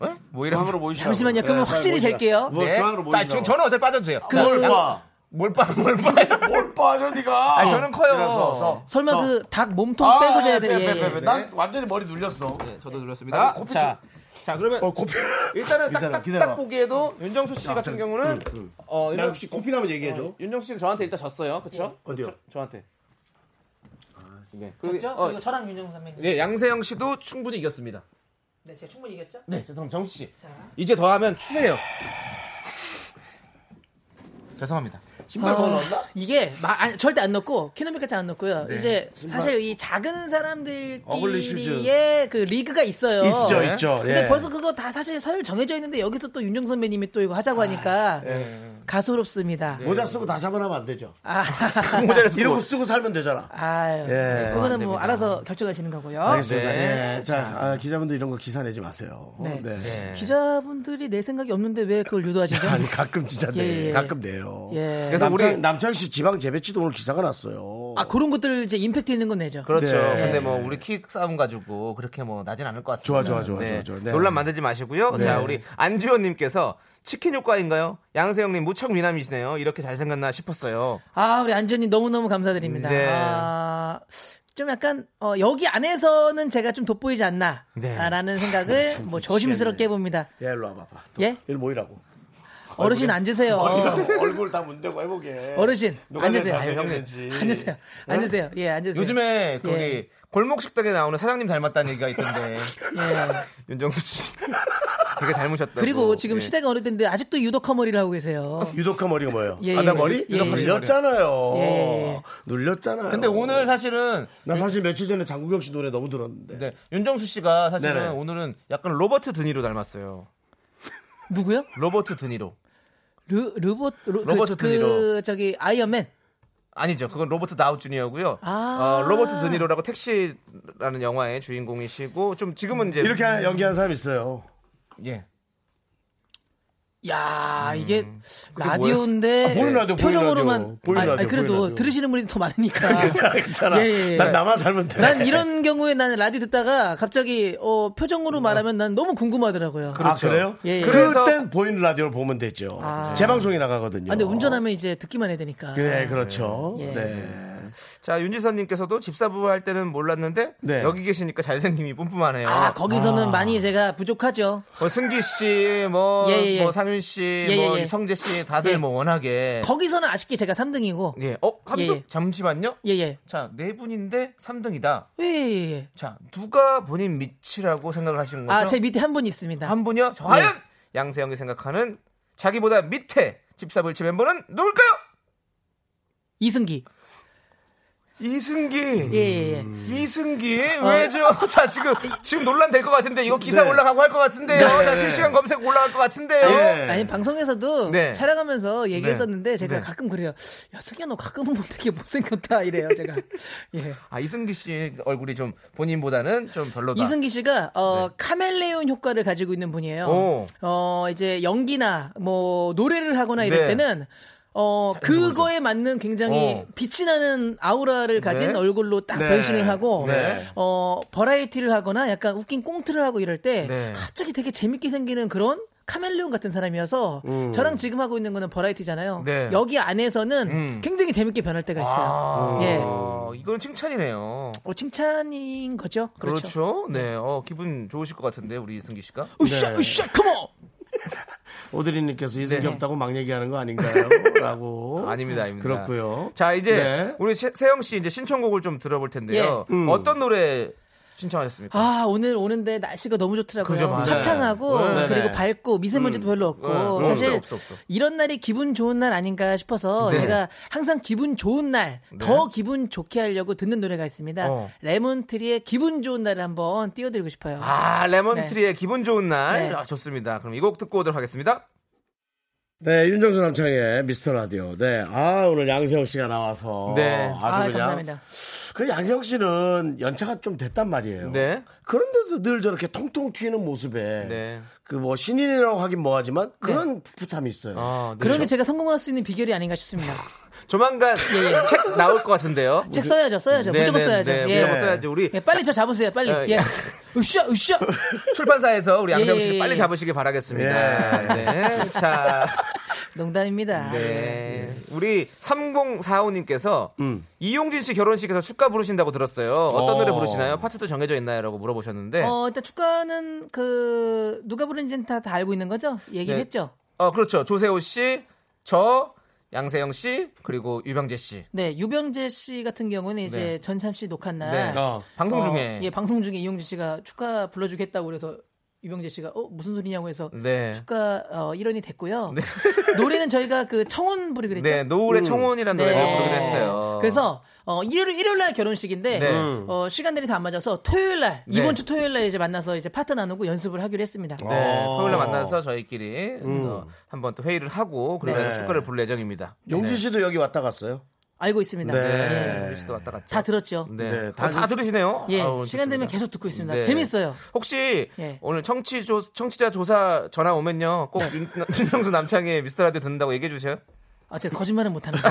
S1: 네,
S2: 어? 뭐 이런 으로 모이시죠.
S5: 잠시만요. 그러면 확실히 잴게요.
S1: 뭐 중앙으로 모이시라고.
S2: 자, 지금 저는 어차피 빠져도 돼요.
S5: 그- 뭘
S1: 봐.
S2: 뭘 빠, 뭘뭐 빠.
S1: 뭘 빠져 네가.
S2: 아니, 저는 커요. 아,
S1: 일어서, 서.
S5: 설마
S1: 서.
S5: 그 닭 몸통 빼고 져야 돼.
S1: 빼,
S5: 예,
S2: 네.
S1: 빼, 빼,
S5: 예.
S1: 빼. 난 완전히 머리 눌렸어.
S2: 아, 저도 눌렀습니다. 자, 자 그러면
S5: 뭐
S2: 일단은 딱딱 딱 어, 보기에도 윤정수 씨
S1: 아,
S2: 같은 경우는
S1: 그,
S2: 어,
S1: 나 혹시 고피나면 얘기해줘.
S2: 어, 윤정수 씨는 저한테 일단 졌어요, 그렇죠?
S1: 어디요?
S2: 저, 한테 네. 그리고-
S5: 그렇죠?
S2: 어,
S5: 그리고 저랑 윤정수 선배님.
S2: 네, 양세형 씨도 충분히 이겼습니다.
S5: 네, 제가 충분히 이겼죠?
S2: 네, 죄송합니다. 정수 씨.
S5: 자.
S2: 이제 더하면 추해요. 죄송합니다. 신발 더 넣었나?
S5: 이게 마- 아니, 절대 안 넣고 키노미까지 안 넣고요.
S2: 네.
S5: 이제
S2: 신발.
S5: 사실 이 작은
S2: 어글리
S5: 사람들끼리의
S2: 슈즈.
S5: 그 리그가 있어요.
S12: 있죠, 네. 있죠.
S5: 근데
S12: 예.
S5: 벌써 그거 다 사실 서열 정해져 있는데 여기서 또 윤정 선배님이 또 이거 하자고 하니까 가소롭습니다.
S1: 모자 쓰고 다시 한번 하면 안 되죠.
S5: 아,
S1: 모자를 쓰고. 이러고 쓰고 살면 되잖아.
S5: 아유,
S1: 예.
S5: 그거는 뭐
S1: 안 됩니다.
S5: 알아서 결정하시는 거고요.
S12: 알겠습니다.
S1: 네.
S12: 예. 자, 아, 기자분들 이런 거 기사 내지 마세요.
S5: 네.
S12: 네.
S5: 기자분들이 내 생각이 없는데 왜 그걸 유도하시죠?
S1: 아니 가끔 진짜 내
S5: 예, 예.
S1: 가끔 내요.
S5: 예.
S1: 그래서
S5: 그래서
S1: 남창,
S5: 우리-
S1: 남창 씨 지방 재배치도 오늘 기사가 났어요.
S5: 아 그런 것들 이제 임팩트 있는 건 내죠.
S2: 그렇죠.
S1: 네.
S2: 근데 뭐 우리 키 싸움 가지고 그렇게 뭐 나진 않을 것 같습니다.
S1: 좋아, 좋아, 좋아,
S2: 네.
S1: 좋아, 좋아. 네.
S2: 논란 만들지 마시고요.
S1: 네.
S2: 자, 우리 안지원 님께서 치킨 효과인가요? 양세형 님 무척 미남이시네요. 이렇게 잘생겼나 싶었어요.
S5: 아 우리 안전님 너무 너무 감사드립니다.
S2: 네.
S5: 아, 좀 약간 어, 여기 안에서는 제가 좀 돋보이지
S1: 네.
S5: 않나라는 생각을 뭐 조심스럽게 해봅니다.
S1: 야 일로 와봐봐.
S5: 예?
S1: 일로 모이라고.
S5: 어르신 앉으세요.
S1: 얼굴, 얼굴 다 문대고 해보게.
S5: 어르신
S1: 누가
S5: 앉으세요.
S1: 내 자세가
S5: 앉으세요.
S1: 됐는지.
S5: 앉으세요.
S1: 네.
S5: 앉으세요. 예 앉으세요.
S2: 요즘에 거기
S5: 예.
S2: 골목 식당에 나오는 사장님 닮았다는 얘기가 있던데.
S5: 예.
S2: 윤정수 씨. 되게 닮으셨다고.
S5: 그리고 지금
S2: 예.
S5: 시대가 어릴 텐데 아직도 유독 커머리를 하고 계세요.
S1: 유독한 머리가 뭐예요?
S5: 예,
S1: 아나
S5: 예,
S1: 머리?
S5: 예,
S1: 유독한
S5: 예.
S1: 머리. 눌렸잖아요.
S5: 예, 예, 예.
S1: 눌렸잖아요.
S2: 근데 오늘 사실은
S1: 나 사실 며칠 전에 장국영 씨 노래 너무 들었는데.
S2: 네, 윤정수 씨가 사실은
S1: 네네.
S2: 오늘은 약간 로버트 드니로 닮았어요.
S5: 누구요?
S2: 로버트 드니로.
S5: 르, 로봇 로,
S2: 로버트
S5: 그, 그
S2: 드니로.
S5: 저기 아이언맨.
S2: 아니죠. 그건 로버트 다우 주니어고요.
S5: 아.
S2: 어, 로버트 드니로라고 택시라는 영화의 주인공이시고 좀 지금은 이제
S1: 이렇게 하- 연기한 사람 있어요.
S2: 예.
S5: 야 이게
S1: 음. 그게
S5: 라디오인데
S1: 뭐예요? 아, 보이는 라디오, 보이는
S5: 표정으로만
S1: 라디오. 보이는
S5: 아니, 아니,
S1: 라디오,
S5: 그래도
S1: 보이는 라디오. 그러니까
S5: 들으시는 분이 더 많으니까
S1: 괜찮아, 괜찮아. 난 나만 살면 돼.
S5: 예, 난 이런 경우에 나는 라디오 듣다가 갑자기 어, 표정으로 말하면 난 너무 궁금하더라고요.
S1: 아, 그래요?
S5: 예, 예.
S1: 그럴 땐 보이는 라디오를 보면 되죠.
S5: 아.
S1: 재방송이 나가거든요.
S5: 아, 근데 운전하면 이제 듣기만 해야 되니까.
S1: 네, 그렇죠.
S5: 예.
S1: 네.
S2: 자, 윤지선 님께서도 집사부 할 때는 몰랐는데
S1: 네.
S2: 여기 계시니까 잘생김이 뿜뿜하네요.
S5: 아 거기서는 많이 제가 부족하죠.
S2: 뭐 승기 씨, 뭐,
S5: 예, 예, 예.
S2: 뭐 상윤 씨,
S5: 예,
S2: 뭐
S5: 예, 예.
S2: 성재 씨 다들
S5: 예.
S2: 뭐 워낙에
S5: 거기서는 아쉽게 제가 3등이고.
S2: 예. 어,
S5: 예,
S2: 3등?
S5: 예.
S2: 잠시만요.
S5: 예, 예.
S2: 자, 네 분인데 3등이다.
S5: 예, 예, 예.
S2: 자, 누가 본인 밑이라고 생각하시는 거죠?
S5: 아, 제 밑에 한 분 있습니다. 네.
S2: 한 분이요? 저 과연 양세형이 생각하는 자기보다 밑에 집사불치 멤버는 누굴까요?
S5: 이승기.
S2: 이승기.
S5: 예, 예,
S2: 음.
S5: 예.
S2: 이승기 왜죠? 자 지금 지금 논란 될 것 같은데 이거 기사
S5: 네.
S2: 올라가고 할 것 같은데요.
S5: 네. 예.
S2: 자 실시간 검색 올라갈 것 같은데요.
S5: 어? 아니 방송에서도
S2: 예. 네.
S5: 촬영하면서 얘기했었는데 제가
S2: 네.
S5: 가끔 그래요. 야 승기야 너 가끔은 되게 못생겼다 이래요 제가. 예.
S2: 아 이승기 씨 얼굴이 좀 본인보다는 좀 별로다.
S5: 이승기 씨가 어, 카멜레온 효과를 가지고 있는 분이에요.
S2: 네. 오.
S5: 어 이제 연기나 뭐 노래를 하거나 이럴
S2: 네.
S5: 때는 어 그거에 맞는 굉장히
S2: 어.
S5: 빛이 나는 아우라를 가진
S2: 네.
S5: 얼굴로 딱
S2: 네.
S5: 변신을 하고
S2: 네.
S5: 어 버라이어티를 하거나 약간 웃긴 꽁트를 하고 이럴 때
S2: 네.
S5: 갑자기 되게 재밌게 생기는 그런 카멜레온 같은 사람이어서
S2: 음.
S5: 저랑 지금 하고 있는 거는 버라이어티잖아요.
S2: 네.
S5: 여기 안에서는
S2: 음.
S5: 굉장히 재밌게 변할 때가 있어요.
S2: 아,
S5: 예.
S2: 이건 칭찬이네요.
S5: 어, 칭찬인 거죠?
S2: 그렇죠.
S5: 그렇죠.
S2: 네, 어, 기분 좋으실 것 같은데 우리 이승기 씨가.
S5: 으쌰, 으쌰, 컴온!
S1: 오드리님께서 이승기
S2: 네.
S1: 없다고 막 얘기하는 거 아닌가요?
S5: 어?
S1: 라고.
S2: 아닙니다, 아닙니다.
S1: 그렇고요.
S2: 자 이제
S1: 네.
S2: 우리 세- 세영 씨 이제 신청곡을 좀 들어볼 텐데요.
S1: 예. 음.
S2: 어떤 노래 신청하셨습니까?
S5: 아, 오늘 오는데 날씨가 너무 좋더라고요.
S2: 그죠, 맞아요.
S5: 화창하고,
S2: 네.
S5: 그리고
S2: 네.
S5: 밝고, 미세먼지도 별로 없고.
S2: 네. 없어,
S5: 사실,
S2: 없어, 없어.
S5: 이런 날이 기분 좋은 날 아닌가 싶어서,
S2: 네.
S5: 제가 항상 기분 좋은 날, 더 기분 좋게 하려고 듣는 노래가 있습니다.
S2: 어.
S5: 레몬트리의 기분 좋은 날을 한번 띄워드리고 싶어요.
S2: 아, 레몬트리의 기분 좋은 날.
S5: 네.
S2: 아, 좋습니다. 그럼 이 곡 듣고 오도록 하겠습니다.
S1: 네, 윤정수 남창의 미스터 라디오. 네, 아, 오늘 양세형 씨가 나와서.
S2: 네.
S1: 아주
S5: 아,
S1: 그냥.
S5: 감사합니다.
S1: 그 양세형 씨는 연차가 좀 됐단 말이에요.
S2: 네.
S1: 그런데도 늘 저렇게 통통 튀는 모습에.
S2: 네.
S1: 그 뭐 신인이라고 하긴
S5: 네.
S1: 뭐하지만 그런 풋풋함이 있어요.
S2: 아, 네.
S5: 그런 게 제가 성공할 수 있는 비결이 아닌가 싶습니다.
S2: 조만간 책 나올 것 같은데요.
S5: 예, 책 써야죠, 써야죠.
S2: 네,
S5: 무조건
S2: 네,
S5: 써야죠.
S2: 네,
S5: 예.
S2: 무조건 써야지. 우리
S5: 예, 빨리 저 잡으세요, 빨리.
S2: 어,
S5: 예.
S2: 예.
S5: 으쌰, 으쌰.
S2: 출판사에서 우리 양세형
S5: 예,
S2: 씨
S5: 예,
S2: 빨리
S5: 예.
S2: 잡으시길 바라겠습니다. 네. 자,
S5: 농담입니다.
S2: 네. 우리 3045님께서 이용진 씨 결혼식에서 축가 부르신다고 들었어요. 어떤
S5: 어.
S2: 노래 부르시나요? 파트도 정해져 있나요? 라고 물어보셨는데.
S5: 어, 일단 축가는 그 누가 부르는지는 다, 다 알고 있는 거죠? 얘기를
S2: 네.
S5: 했죠.
S2: 어, 그렇죠. 조세호 씨, 저, 양세형 씨, 그리고 유병재 씨.
S5: 네, 유병재 씨 같은 경우는 이제
S2: 네.
S5: 전삼 씨 녹화 날
S2: 네. 어, 방송 중에.
S5: 예, 방송 중에 이용재 씨가 축가 불러주겠다고 그래서 유병재 씨가 어 무슨 소리냐고 해서
S2: 네.
S5: 축가 어, 일원이 됐고요. 노래는 저희가 그 청혼 부르기로 했죠.
S2: 네, 노을의 청혼이라는 노래를
S5: 네.
S2: 부르기로 했어요.
S5: 그래서 어, 일요일 일요일 날 결혼식인데
S2: 네.
S5: 어, 시간들이 다 안 맞아서 토요일 날
S2: 네.
S5: 이번 주 토요일 날 이제 만나서 이제 파트 나누고 연습을 하기로 했습니다.
S2: 네,
S1: 음.
S2: 토요일에
S1: 아.
S2: 만나서 저희끼리 어, 한번 또 회의를 하고 그러면
S10: 네.
S2: 축가를 부를 예정입니다.
S10: 용진
S2: 네.
S10: 씨도 여기 왔다 갔어요?
S5: 알고 있습니다. 예.
S2: 네,
S10: 네.
S2: 우리 씨도 왔다 갔죠.
S5: 다 들었죠.
S2: 네, 어,
S10: 다
S2: 다,
S10: 들-
S2: 들으시네요.
S5: 예,
S2: 아우,
S5: 시간
S2: 좋습니다.
S5: 되면 계속 듣고 있습니다.
S2: 네.
S5: 재밌어요.
S2: 혹시
S5: 예.
S2: 오늘 청취 조, 청취자 조사 전화 오면요 꼭 윤- 윤정수 남창의 미스터 라디오 듣는다고 얘기해 주세요.
S5: 아, 제가 거짓말은 못하는데.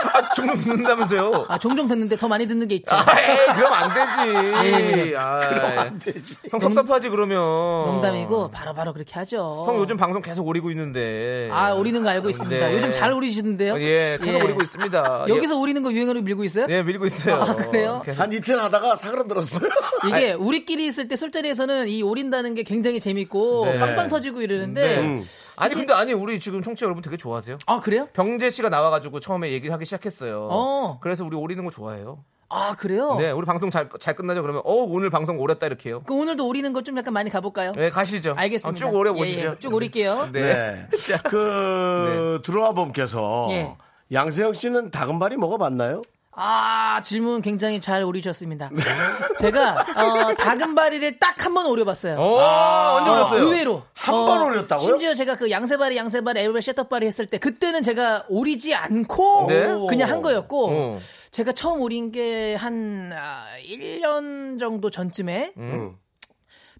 S2: 아, 종종 듣는다면서요?
S5: 아, 종종 듣는데 더 많이 듣는 게 있죠.
S2: 아, 에이, 그럼 안 되지.
S5: 예.
S2: 아,
S5: 그럼
S2: 안 되지. 형 섭섭하지 그러면.
S5: 농담이고 바로바로 그렇게 하죠.
S2: 형 요즘 방송 계속 오리고 있는데.
S5: 어. 아, 오리는 거 알고 있습니다.
S2: 네.
S5: 요즘 잘 오리시는데요?
S2: 예, 계속
S5: 예.
S2: 오리고 있습니다.
S5: 여기서 오리는 거 유행어로 밀고 있어요?
S2: 예, 예, 밀고 있어요.
S5: 아, 그래요?
S2: 계속.
S10: 한 이틀 하다가 사그라들었어요.
S2: 아, 예.
S5: 이게 우리끼리 있을 때 술자리에서는 이 오린다는 게 굉장히 재밌고
S2: 네.
S5: 빵빵 터지고 이러는데
S2: 네. 아니 근데 아니 우리 지금 청취자 여러분 되게 좋아하세요.
S5: 아 그래요?
S2: 병재 씨가 나와가지고 처음에 얘기를 하기 시작했어요.
S5: 어.
S2: 그래서 우리 오리는 거 좋아해요.
S5: 아 그래요?
S2: 네, 우리 방송 잘, 잘 끝나죠. 그러면 어 오늘 방송 오렸다 이렇게요.
S5: 그럼 오늘도 오리는 거 좀 약간 많이 가볼까요?
S2: 네, 가시죠.
S5: 알겠습니다.
S2: 어, 쭉 오래
S5: 예,
S2: 보시죠.
S5: 예, 쭉 오릴게요.
S2: 네.
S10: 네. 그 드로아범께서
S5: 네. 예.
S10: 양세형 씨는 다금바리 먹어봤나요?
S5: 아 질문 굉장히 잘 오리셨습니다.
S2: 네.
S5: 제가 어, 다금바리를 딱 한 번 오려봤어요.
S2: 오, 언제 오렸어요?
S5: 아, 의외로
S10: 한
S5: 어,
S10: 번 오렸다고요?
S5: 심지어 제가 그 양세바리 양세바리 에브리 셋터바리 했을 때 그때는 제가 오리지 않고
S2: 네?
S5: 그냥 한 거였고
S2: 어.
S5: 제가 처음 오린 게 한 아, 1년 정도 전쯤에
S2: 음.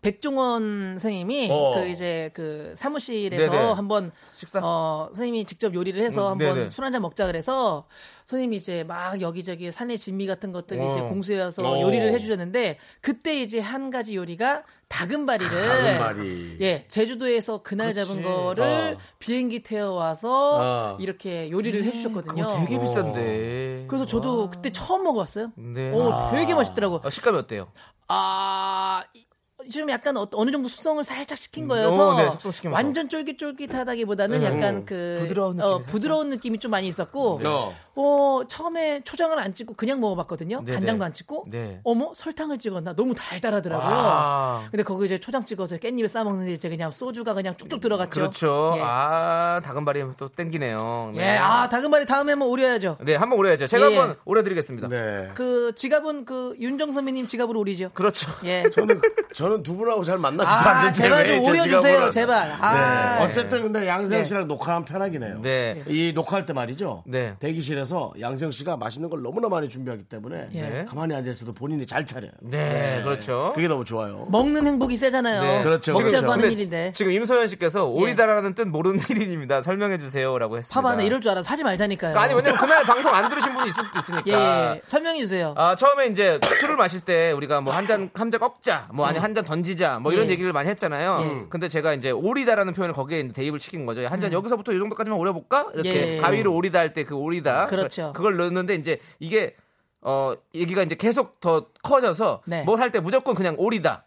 S5: 백종원 선생님이
S2: 어.
S5: 그 이제 그 사무실에서
S2: 네네.
S5: 한번
S2: 식사?
S5: 어 선생님이 직접 요리를 해서
S2: 음, 네네.
S5: 한번 술 한잔 먹자 그래서 선생님이 이제 막 여기저기 산의 진미 같은 것들 이제
S2: 어.
S5: 공수해 와서
S10: 어.
S5: 요리를 해주셨는데 그때 이제 한 가지 요리가 다금바리를
S10: 다금바리.
S5: 예 제주도에서 그날 잡은
S2: 아.
S5: 거를 비행기 태워 와서
S10: 어.
S5: 이렇게 요리를 해주셨거든요.
S2: 음, 그거 되게 비싼데.
S5: 그래서 저도 그때 처음 먹어봤어요.
S2: 네.
S5: 오, 되게 맛있더라고.
S2: 아, 식감이 어때요?
S5: 아, 이- 좀 약간 어, 어느 정도 숙성을 살짝 시킨 거여서
S2: 어, 네, 숙성시킨 거.
S5: 완전 쫄깃쫄깃하다기보다는
S2: 네.
S5: 약간
S2: 음.
S5: 그
S2: 부드러운 네.
S5: 어,
S2: 느낌이
S5: 부드러운 느낌이 좀 많이 있었고
S10: 어.
S5: 어, 처음에 초장을 안 찍고 그냥 먹어봤거든요.
S2: 네,
S5: 간장도
S2: 네.
S5: 안 찍고
S2: 네.
S5: 어머 설탕을 찍었나 너무 달달하더라고요.
S2: 아.
S5: 근데 거기 이제 초장 찍어서 깻잎에 싸 먹는데 이제 그냥 소주가 그냥 쭉쭉 들어갔죠.
S2: 그렇죠.
S5: 예,
S2: 아, 다금바리 또 땡기네요.
S5: 예, 아 다금바리 다음에 한번 오려야죠.
S2: 네, 한번 오래 해야죠. 제가
S5: 예.
S2: 한번 오래 드리겠습니다.
S10: 네.
S5: 그 지갑은 그 윤정 선배님 지갑으로 오리죠.
S2: 그렇죠.
S5: 예.
S10: 저는 저는 두 분하고 잘 만나지도
S5: 아,
S10: 않는데
S5: 제발
S10: 왜
S5: 좀
S10: 이제
S5: 오려주세요,
S10: 지갑을-
S5: 제발. 아,
S10: 네. 어쨌든 근데 양세형
S5: 네.
S10: 씨랑 녹화하면 편하긴 해요.
S5: 예.
S2: 네.
S10: 이 녹화할 때 말이죠.
S2: 네.
S10: 대기실에서 양세형 씨가 맛있는 걸 너무나 많이 준비하기 때문에
S5: 예.
S10: 가만히 앉아 있어도 본인이 잘 차려요.
S2: 네, 그렇죠.
S10: 그게 너무 좋아요.
S5: 먹는 행복이 세잖아요.
S2: 네.
S10: 그렇죠,
S5: 어, 먹자고
S10: 그렇죠.
S5: 하는
S2: 근데
S5: 일인데. 예.
S2: 지금 임소연 씨께서 오리다라는 뜻 모르는 일인입니다. 설명해 주세요라고 했습니다.
S5: 봐봐, 나 이럴 줄 알아서 하지 말자니까요.
S2: 아니 왜냐면 그날 방송 안 들으신 분이 있을 수도 있으니까.
S5: 예, 예. 설명해 주세요.
S2: 아 처음에 이제 술을 마실 때 우리가 뭐 한 잔 한 잔 꺾자, 뭐 아니 한 잔 던지자, 뭐 이런
S5: 음. 예. 음.
S2: 얘기를 많이 했잖아요. 근데 제가 이제 오리다라는 표현을 거기에 이제 대입을 시킨 거죠. 한 잔 여기서부터 이 정도까지만 오려볼까? 이렇게
S5: 예.
S2: 가위로 오리다 할 때 그 오리다.
S5: 그렇죠.
S2: 그걸 넣었는데 이제 이게 어 얘기가 이제 계속 더 커져서
S5: 네.
S2: 뭘 할 때 무조건 그냥 오리다.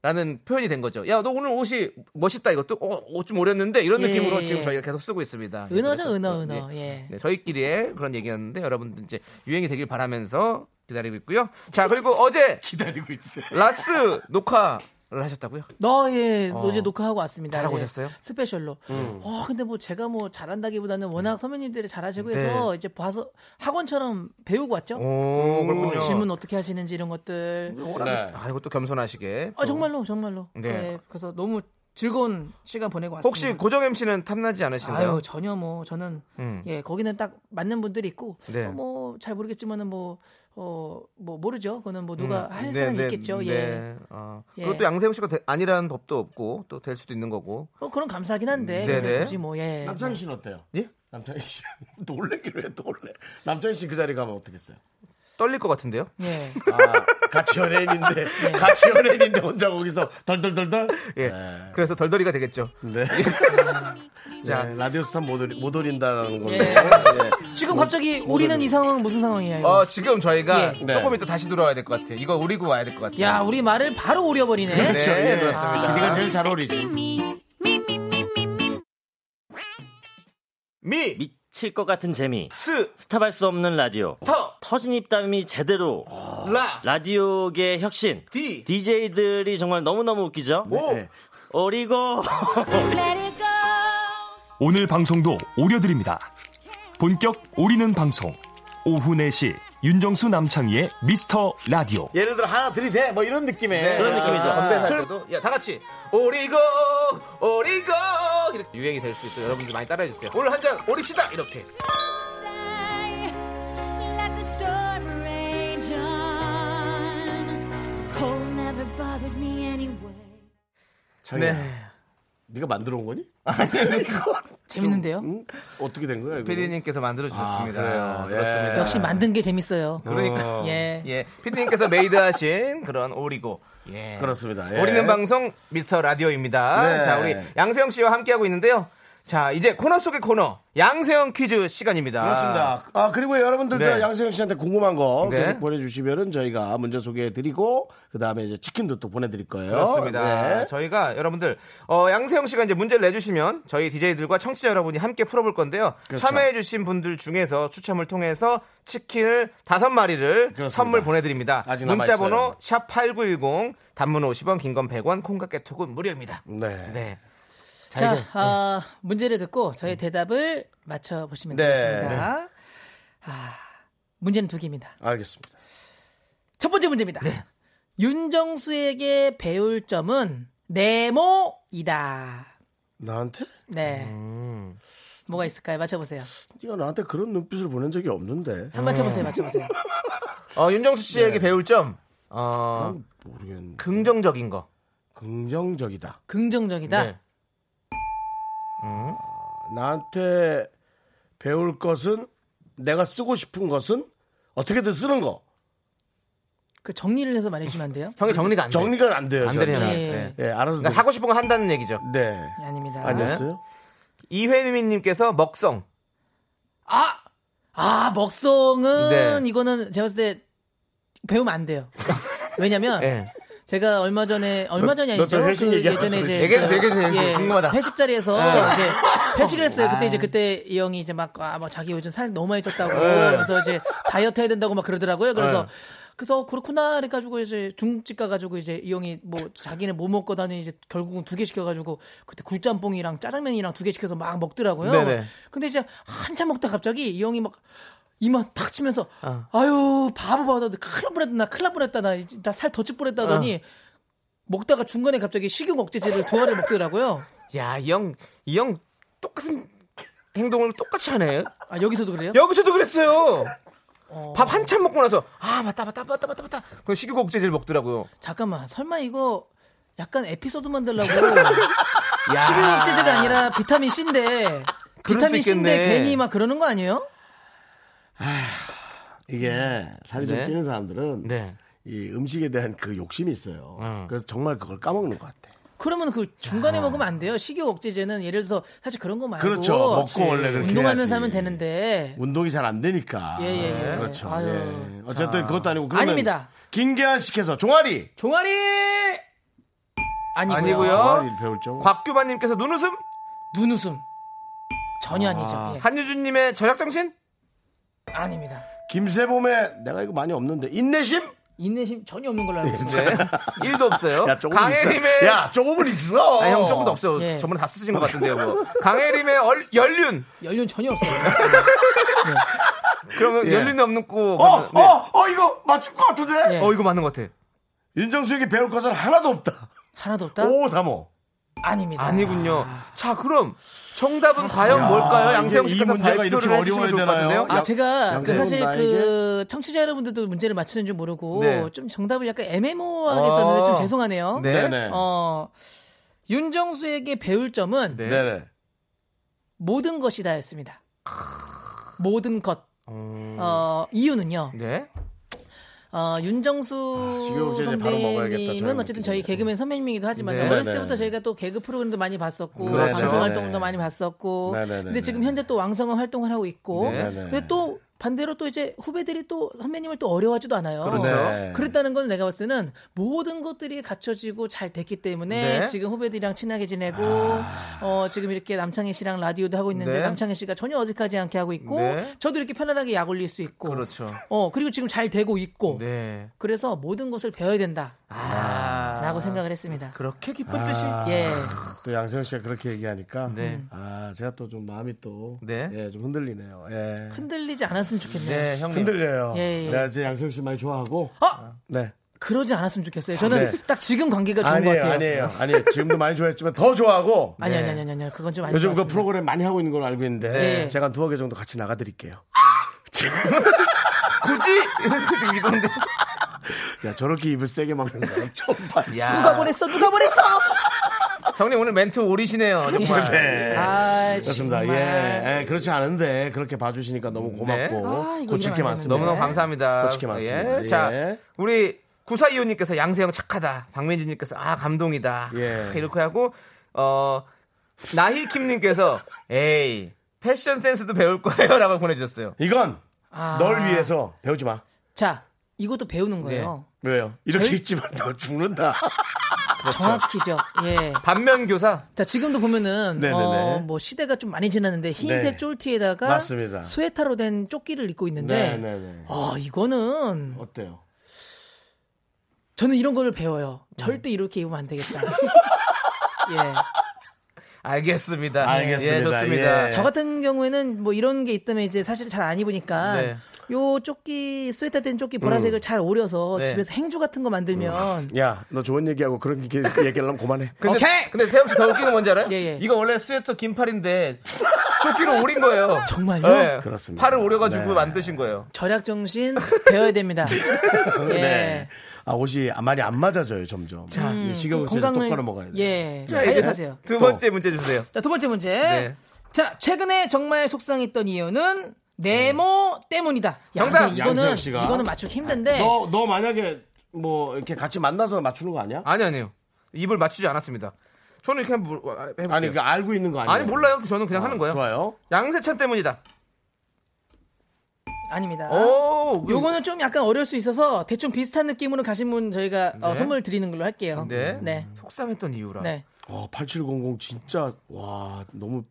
S2: 라는 표현이 된 거죠. 야, 너 오늘 옷이 멋있다. 이것도 어, 옷 좀 오렸는데 이런
S5: 예,
S2: 느낌으로
S5: 예,
S2: 지금
S5: 예.
S2: 저희가 계속 쓰고 있습니다.
S5: 은어죠,
S2: 그래서,
S5: 은어,
S2: 어,
S5: 은어.
S2: 예.
S5: 예.
S2: 네, 저희끼리의 그런 얘기였는데 여러분들 이제 유행이 되길 바라면서 기다리고 있고요. 자 그리고 어제
S10: 기다리고 있대.
S2: 네. 라스 녹화를 하셨다고요?
S5: 너, 예,
S2: 어.
S5: 어제 녹화하고 왔습니다.
S2: 잘하고
S5: 예.
S2: 오셨어요? 음.
S5: 스페셜로. 어, 근데 뭐 제가 뭐 잘한다기보다는 워낙 선배님들이 잘하시고 해서 이제 봐서 학원처럼 배우고 왔죠.
S2: 네. 오 그렇군요.
S5: 질문 어떻게 하시는지 이런 것들.
S10: 네.
S2: 아 이것도 겸손하시게.
S5: 아, 정말로, 정말로.
S2: 네.
S5: 예, 그래서 너무 즐거운 시간 보내고 왔습니다.
S2: 혹시 고정 MC는 탐나지 않으신가요?
S5: 아유 전혀 뭐 저는
S2: 음.
S5: 예 거기는 딱 맞는 분들이 있고
S2: 네.
S5: 뭐 잘 모르겠지만은 뭐 어, 뭐 모르죠. 그거는 뭐 누가
S2: 음,
S5: 할
S2: 네,
S5: 사람이
S2: 네,
S5: 있겠죠.
S2: 네.
S5: 예.
S2: 어,
S5: 예.
S2: 그리고 또 양세형 씨가 되- 아니라는 법도 없고 또 될 수도 있는 거고.
S5: 어, 그런 감사하긴 한데
S2: 네, 네.
S5: 근데 굳이 뭐 예.
S10: 남창희 씨는 어때요?
S2: 예?
S10: 남창희 씨 놀래기로 해 놀래. 남창희 씨 그 자리 가면 어떻겠어요?
S2: 떨릴 것 같은데요?
S5: 예.
S1: 아, 같이 연예인인데 같이 연예인인데 혼자 거기서 덜덜덜덜.
S2: 예.
S10: 네.
S2: 그래서 덜덜이가 되겠죠.
S1: 네.
S2: 자.
S1: 자
S10: 네,
S1: 라디오 스타 못, 오리, 못 오린다라는 걸로.
S5: 예.
S1: 예.
S5: 지금 갑자기 우리는 이 상황 무슨 상황이에요?
S2: 어, 지금
S1: 예.
S2: 저희가 조금
S1: 네.
S2: 이따 다시 들어와야 될 것 같아요. 이거 우리고 와야 될 것 같아요.
S5: 야, 우리 말을 바로 오려버리네.
S2: 그렇죠. 예,
S1: 예.
S10: 아,
S2: 그렇습니다.
S1: 네가 제일 잘 어울리지.
S2: 미, 미,
S13: 미칠 것 같은 재미.
S2: 스,
S13: 스탑할 수 없는 라디오.
S2: 터,
S13: 터진 입담이 제대로.
S2: 라,
S13: 라디오계 혁신.
S2: 디.
S13: DJ들이 정말 너무너무 웃기죠?
S10: 예.
S2: 오.
S13: 어리고.
S11: 오늘 방송도 오려드립니다. 본격 오리는 방송. 오후 4시 윤정수 남창희의 미스터 라디오.
S1: 예를 들어 하나 들이대 뭐 이런 느낌의
S2: 네,
S13: 그런 느낌이죠.
S10: 아,
S2: 건배할 때도 야, 다 같이 오리고 오리고 이렇게 유행이 될 수 있어요. 여러분들 많이 따라해 주세요. 오늘 한 잔 오립시다. 이렇게.
S8: Let the storm rage on. The cold never bothered me anyway.
S1: 창희야,
S2: 네.
S1: 네가 만들어 온 거니?
S5: 재밌는데요?
S1: 응? 어떻게 된 거야? 이거?
S2: 피디님께서 만들어 주셨습니다.
S1: 아, 그래요. 예.
S2: 그렇습니다.
S5: 역시 만든 게 재밌어요.
S2: 그러니까
S1: 어,
S5: 예.
S2: 예, 피디님께서 메이드하신 그런 오리고. 예.
S1: 그렇습니다. 예.
S2: 오리는 방송 미스터 라디오입니다.
S1: 네.
S2: 자, 우리 양세형 씨와 함께하고 있는데요. 자, 이제 코너 속의 코너 양세형 퀴즈 시간입니다.
S1: 그렇습니다. 아 그리고 여러분들도
S2: 네.
S1: 양세형 씨한테 궁금한 거
S2: 네.
S1: 계속 보내주시면은 저희가 문제 소개해드리고 그 다음에 이제 치킨도 또 보내드릴 거예요.
S2: 그렇습니다.
S1: 어, 네.
S2: 저희가 여러분들 어, 양세형 씨가 이제 문제를 내주시면 저희 DJ들과 청취자 여러분이 함께 풀어볼 건데요.
S1: 그렇죠.
S2: 참여해주신 분들 중에서 추첨을 통해서 치킨을 다섯 마리를
S1: 그렇습니다.
S2: 선물 보내드립니다.
S1: 아직
S2: 문자번호
S1: 남아있어요.
S2: 샵 #8910 단문 50원, 긴 건 100원, 콩과 깨톡은 무료입니다.
S1: 네. 네.
S2: 네. 자,
S5: 자,
S2: 이제
S5: 아,
S2: 네.
S5: 문제를 듣고 저의 대답을 맞춰보시면
S1: 네.
S5: 되겠습니다. 아, 문제는 두 개입니다.
S1: 알겠습니다.
S5: 첫 번째 문제입니다. 윤정수에게 배울 점은 네모이다.
S1: 나한테?
S5: 네.
S2: 음.
S5: 뭐가 있을까요? 맞춰보세요.
S1: 네가 나한테 그런 눈빛을 보낸 적이 없는데.
S5: 한번 맞춰보세요. 맞춰보세요.
S2: 어, 윤정수
S1: 네.
S2: 씨에게 배울 점 어,
S1: 난 모르겠는데.
S2: 긍정적인 거.
S1: 긍정적이다.
S5: 긍정적이다.
S2: 네.
S1: 나한테 배울 것은 내가 쓰고 싶은 것은 어떻게든 쓰는 거.
S5: 그 정리를 해서 말해주면 안 돼요?
S2: 형이 정리가 안 돼.
S1: 정리가 안 돼요.
S2: 네. 안
S1: 저는.
S2: 되려나.
S5: 예.
S2: 네.
S1: 예, 알아서.
S2: 그러니까 하고 싶은 거 한다는 얘기죠.
S1: 노- 네.
S5: 아닙니다.
S1: 아니었어요?
S2: 이회미님께서 먹성.
S5: 아! 아, 먹성은
S2: 네.
S5: 이거는 제가 봤을 때 배우면 안 돼요.
S1: 네.
S5: 왜냐면
S2: 예.
S5: 제가 얼마 전에 얼마 전이
S1: 너
S5: 아니죠?
S1: 또 회식
S5: 그
S1: 얘기하고
S5: 예전에 이제
S2: 얘기해도
S5: 그-
S2: 되겠지, 궁금하다. 네. 음.
S5: 회식 자리에서 이제 회식을 했어요. 그때 이제 그때 이 형이 이제 막 아, 뭐 자기 요즘 살 너무 많이 쪘다고
S2: 네.
S5: 그래서 이제 다이어트 해야 된다고 막 그러더라고요. 그래서 그래서 그렇구나 그래 가지고 이제 중국집 가 가지고 이제 이 형이 뭐 자기는 뭐 먹고 다니 이제 결국은 두 개 시켜 가지고 그때 굴짬뽕이랑 짜장면이랑 두 개 시켜서 막 먹더라고요.
S2: 네네.
S5: 근데 이제 한참 먹다 갑자기 이 형이 막 이만 탁 치면서 아유 바보 바보 나 큰일 날 뻔했다 나 큰일 날 뻔했다 나 살 더 찔 뻔했다더니
S2: 아.
S5: 먹다가 중간에 갑자기 식욕 억제제를 두 알을 먹더라고요.
S2: 야, 이 형, 이 형 똑같은 행동을 똑같이 하네.
S5: 아 여기서도 그래요?
S2: 여기서도 그랬어요.
S5: 어,
S2: 밥 한참 먹고 나서 아 맞다 맞다 맞다 맞다 맞다. 그럼 식욕 억제제를 먹더라고요.
S5: 잠깐만 설마 이거 약간 에피소드 만들라고 식욕 억제제가 아니라 비타민 C인데
S2: 그럴
S5: 비타민
S2: 수도 있겠네.
S5: C인데 괜히 막 그러는 거 아니에요?
S1: 이게 살이
S2: 네.
S1: 좀 찌는 사람들은
S2: 네.
S1: 이 음식에 대한 그 욕심이 있어요.
S2: 음.
S1: 그래서 정말 그걸 까먹는 것 같아.
S5: 그러면 그 중간에 먹으면 안 돼요. 식욕 억제제는 예를 들어서 사실 그런 거 말고
S1: 그렇죠. 먹고 원래 그렇게 해야지.
S5: 운동하면서 하면 되는데
S1: 운동이 잘 안 되니까.
S5: 예, 예, 예.
S1: 그렇죠.
S5: 아유.
S1: 예. 어쨌든 그것도 아니고 그러면
S5: 아닙니다.
S1: 김계한 씨께서 종아리.
S5: 종아리 아니고요.
S2: 아니고요.
S1: 종아리를 배울 줄.
S2: 곽규만님께서 눈웃음,
S5: 눈웃음 전혀 아니죠. 예.
S2: 한유준님의 저녁 정신,
S5: 아닙니다.
S1: 김세범의 내가 이거 많이 없는데 인내심?
S5: 인내심 전혀 없는 걸로 알고 있습니다.
S2: 네, 일도 없어요.
S1: 야 조금
S2: 강혜림의
S1: 있어. 야 조금은 있어.
S2: 아, 형 조금도 없어요.
S5: 예.
S2: 저번에 다 쓰신 것 같은데요. 뭐. 강혜림의 얼- 연륜.
S5: 연륜 전혀 없어요.
S2: 그러면
S1: 예.
S2: 연륜이 없는 거.
S1: 어어어
S2: 그러면- 네.
S1: 이거 맞출 것 같은데.
S5: 예.
S2: 어, 이거 맞는 것 같아.
S1: 윤정수에게 배울 것은 하나도 없다.
S5: 하나도 없다?
S1: 5535.
S5: 아닙니다.
S2: 아니군요. 자, 그럼 정답은 과연 뭘까요?
S1: 아, 이게
S2: 양세형
S1: 이
S2: 씨께서
S1: 문제가
S2: 발표를
S1: 이렇게
S2: 해주시면
S1: 어려워야
S2: 좋을 것
S1: 되나요?
S2: 같은데요.
S5: 아,
S1: 야,
S5: 제가 그
S1: 양세형
S5: 사실 그
S1: 나에게?
S5: 청취자 여러분들도 문제를 맞추는 줄 모르고
S2: 네.
S5: 좀 정답을 약간 애매모호하게
S2: 어.
S5: 썼는데 좀 죄송하네요.
S2: 네.
S1: 네네.
S5: 어, 윤정수에게 배울 점은
S2: 네.
S1: 네네.
S5: 모든
S1: 음.
S5: 것이다였습니다. 모든 것. 어, 이유는요.
S2: 네.
S5: 어, 윤정수
S1: 아, 지겨운 제재 바로 먹어야겠다, 저녁
S5: 선배님은
S1: 먹기
S5: 어쨌든 저희 개그맨 선배님이기도 하지만
S1: 네.
S5: 어렸을
S1: 네.
S5: 때부터 저희가 또 개그 프로그램도 많이 봤었고
S1: 그렇죠.
S5: 방송 활동도
S1: 네.
S5: 많이 봤었고
S1: 네, 네, 네,
S5: 근데
S1: 네.
S5: 지금 현재 또 왕성한 활동을 하고 있고
S1: 네, 네.
S5: 근데 또 반대로 또 이제 후배들이 또 선배님을 또 어려워하지도 않아요.
S1: 그렇죠. 네.
S5: 그랬다는 건 내가 봤을 때는 모든 것들이 갖춰지고 잘 됐기 때문에
S1: 네. 아.
S5: 지금 후배들이랑 친하게 지내고 어, 지금 이렇게 남창희 씨랑 라디오도 하고 있는데
S2: 네.
S5: 남창희 씨가 전혀 어색하지 않게 하고 있고
S2: 네.
S5: 저도 이렇게 편안하게 약 올릴 수 있고
S2: 그렇죠.
S5: 어 그리고 지금 잘 되고 있고
S2: 네. 아.
S5: 그래서 모든 것을 배워야 된다
S1: 아,
S5: 라고 생각을 했습니다
S2: 그렇게 기쁜
S5: 뜻이? 예.
S1: 또 양세형 씨가 그렇게 얘기하니까
S2: 네.
S1: 아 제가 또 좀 마음이 또
S2: 네.
S1: 예, 좀 흔들리네요. 예.
S5: 흔들리지 않았으면 좋겠네요
S2: 네, 형님.
S1: 흔들려요.
S5: 예, 예.
S1: 내가 이제 양세형 씨 많이 좋아하고
S5: 어?
S1: 네.
S5: 그러지 않았으면 좋겠어요 저는
S1: 네.
S5: 딱 지금 관계가 좋은
S1: 아니에요,
S5: 것 같아요
S1: 아니에요, 아니에요. 지금도 많이 좋아했지만 더 좋아하고.
S5: 아니 아니 아니 아니 그건 좀 아니고
S1: 요즘 그 프로그램 많이 하고 있는 걸로 알고 있는데
S5: 네.
S1: 제가 한 두어 개 정도 같이 나가드릴게요.
S2: 굳이 지금 이건데.
S1: 야 저렇게 입을 세게 막는 사람 처음 봐.
S5: 누가 보냈어 누가 보냈어
S2: 아, 형님 오늘 멘트 오리시네요 정말.
S1: 네.
S5: 아,
S1: 그렇습니다. 예. 예, 그렇지 않은데 그렇게 봐주시니까 너무 고맙고
S2: 아,
S5: 이거 이름
S1: 고칠 게
S5: 안
S1: 많습니다.
S2: 너무너무 감사합니다.
S1: 고칠 게 많습니다.
S2: 예.
S1: 예.
S2: 자, 우리 구사이오님께서 양세형 착하다. 박민지님께서 아 감동이다.
S1: 예.
S2: 이렇게 하고 어 나희킴님께서 에이 패션 센스도 배울 거예요라고 보내주셨어요.
S1: 이건
S5: 아.
S1: 널 위해서 네. 배우지 마.
S5: 자 이것도 배우는 거예요
S1: 왜요? 이렇게
S5: 저희-
S1: 있지만 너 죽는다.
S5: 정확히죠 예
S2: 반면 교사.
S5: 자 지금도 보면은
S1: 네네네.
S5: 어, 뭐 시대가 좀 많이 지났는데 흰색
S1: 네.
S5: 쫄티에다가
S1: 맞습니다.
S5: 스웨터로 된 조끼를 입고
S1: 네,
S5: 있는데
S1: 네, 네.
S5: 아 이거는
S1: 어때요?
S5: 저는 이런 걸 배워요. 절대 이렇게 입으면 안 되겠다. 예.
S2: 알겠습니다.
S1: 알겠습니다.
S2: 예, 좋습니다.
S1: 예.
S5: 저 같은 경우에는 뭐 이런 게 있다면 이제 사실 잘 안 입으니까
S2: 네.
S5: 요 조끼 스웨터 된 조끼 보라색을
S1: 음.
S5: 잘 오려서
S2: 네. 음.
S5: 집에서 행주 같은 거 만들면
S1: 야, 너 좋은 얘기하고 그런 얘기 얘기하려면 그만해.
S2: 근데,
S5: 오케이!
S2: 근데 세영 씨 더 웃기는 건 뭔지 알아요?
S5: 예, 예.
S2: 이거 원래 스웨터 긴팔인데 조끼로 오린 거예요.
S5: 정말요?
S1: 네.
S2: 예.
S1: 그렇습니다.
S2: 팔을 오려가지고
S1: 네.
S2: 만드신 거예요.
S5: 절약 정신 배워야 됩니다. 예.
S1: 네. 아, 옷이 많이 안 맞아져요, 점점. 자, 식욕을 똑바로 먹어야 네. 돼.
S5: 음, 그 예.
S2: 자,
S5: 다이어트
S2: 이제
S5: 하세요.
S2: 네. 두 번째 문제 주세요.
S5: 자, 두 번째 문제.
S2: 네.
S5: 자, 최근에 정말 속상했던 이유는 네모 때문이다. 야,
S2: 정답!
S5: 근데
S1: 양세형
S5: 이거는
S1: 씨가.
S5: 이거는 맞추기 힘든데.
S1: 너, 너 만약에 뭐 이렇게 같이 만나서 맞추는 거 아니야?
S2: 아니 아니요. 입을 맞추지 않았습니다. 저는 이렇게 한번 물- 아, 해볼게요.
S1: 아니, 그 알고 있는 거 아니야?
S2: 아니 몰라요. 저는 그냥 하는 거예요.
S1: 좋아요.
S2: 양세찬 때문이다.
S5: 아닙니다.
S1: 어?
S2: 오, 그-
S5: 요거는 좀 약간 어려울 수 있어서 대충 비슷한 느낌으로 가신 분 저희가 어,
S2: 네.
S5: 선물 드리는 걸로 할게요.
S2: 네.
S5: 네.
S2: 속상했던 이유라.
S5: 네.
S1: 어, 8700 진짜 와, 너무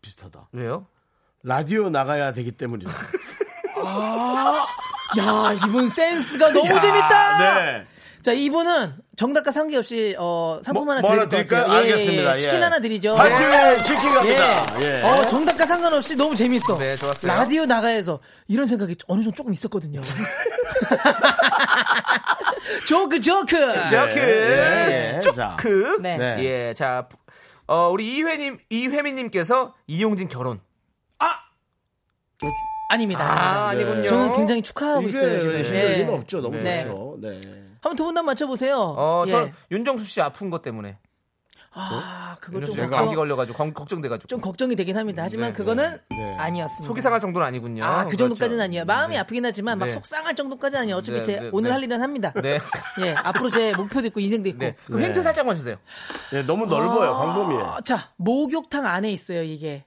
S1: 비슷하다.
S2: 왜요?
S1: 라디오 나가야 되기 때문이다.
S5: 야, 이분 센스가 너무 재밌다.
S1: 네.
S5: 자, 이분은 정답과 상관없이 어, 상품
S1: 뭐-
S5: 하나
S1: 뭐
S5: 드릴
S1: 하나
S5: 것
S1: 드릴까요?
S5: 같아요.
S1: 알겠습니다. 예.
S5: 치킨 하나 드리죠.
S1: 8700 치킨 갑니다.
S5: 예.
S1: 예.
S5: 어, 정답과 상관없이 너무 재밌어.
S2: 네, 좋았어요.
S5: 라디오 나가에서 이런 생각이 어느 정도 조금 있었거든요. 조크, 조크.
S2: 저크.
S1: 아, 예, 예. 자.
S2: 그.
S5: 네.
S1: 네.
S2: 예. 자, 어, 우리 이회님 이회민님께서 이용진 결혼.
S5: 아닙니다.
S2: 아,
S5: 아닙니다.
S2: 아니군요.
S5: 저는 굉장히 축하하고 있어요, 지금.
S1: 이게
S5: 예.
S1: 힘 없죠. 너무
S2: 네.
S1: 좋죠. 네.
S5: 한번 두 분도 한번 맞춰보세요.
S2: 어,
S5: 예.
S2: 저 윤정수 씨 아픈 것 때문에.
S5: 아, 그거
S2: 어? 윤정수
S5: 좀
S2: 씨가 감기
S5: 걱정,
S2: 걸려가지고 건- 걱정돼가지고.
S5: 좀 걱정이 되긴 합니다. 하지만
S2: 네,
S5: 그거는
S1: 네.
S5: 아니었습니다.
S2: 속이 상할 정도는 아니군요.
S5: 아, 그 정도까지는
S2: 그렇죠.
S5: 아니에요. 마음이 아프긴 하지만 막
S2: 네.
S5: 속상할 정도까지는 아니에요. 어차피
S2: 네,
S5: 제
S2: 네,
S5: 오늘
S2: 네.
S5: 할 일은 합니다.
S2: 네.
S5: 예, 앞으로 제 목표도 있고 인생도 있고.
S2: 네. 그럼 힌트 살짝만 주세요.
S1: 예, 너무 넓어요.
S5: 아,
S1: 광범위에.
S5: 자, 목욕탕 안에 있어요, 이게.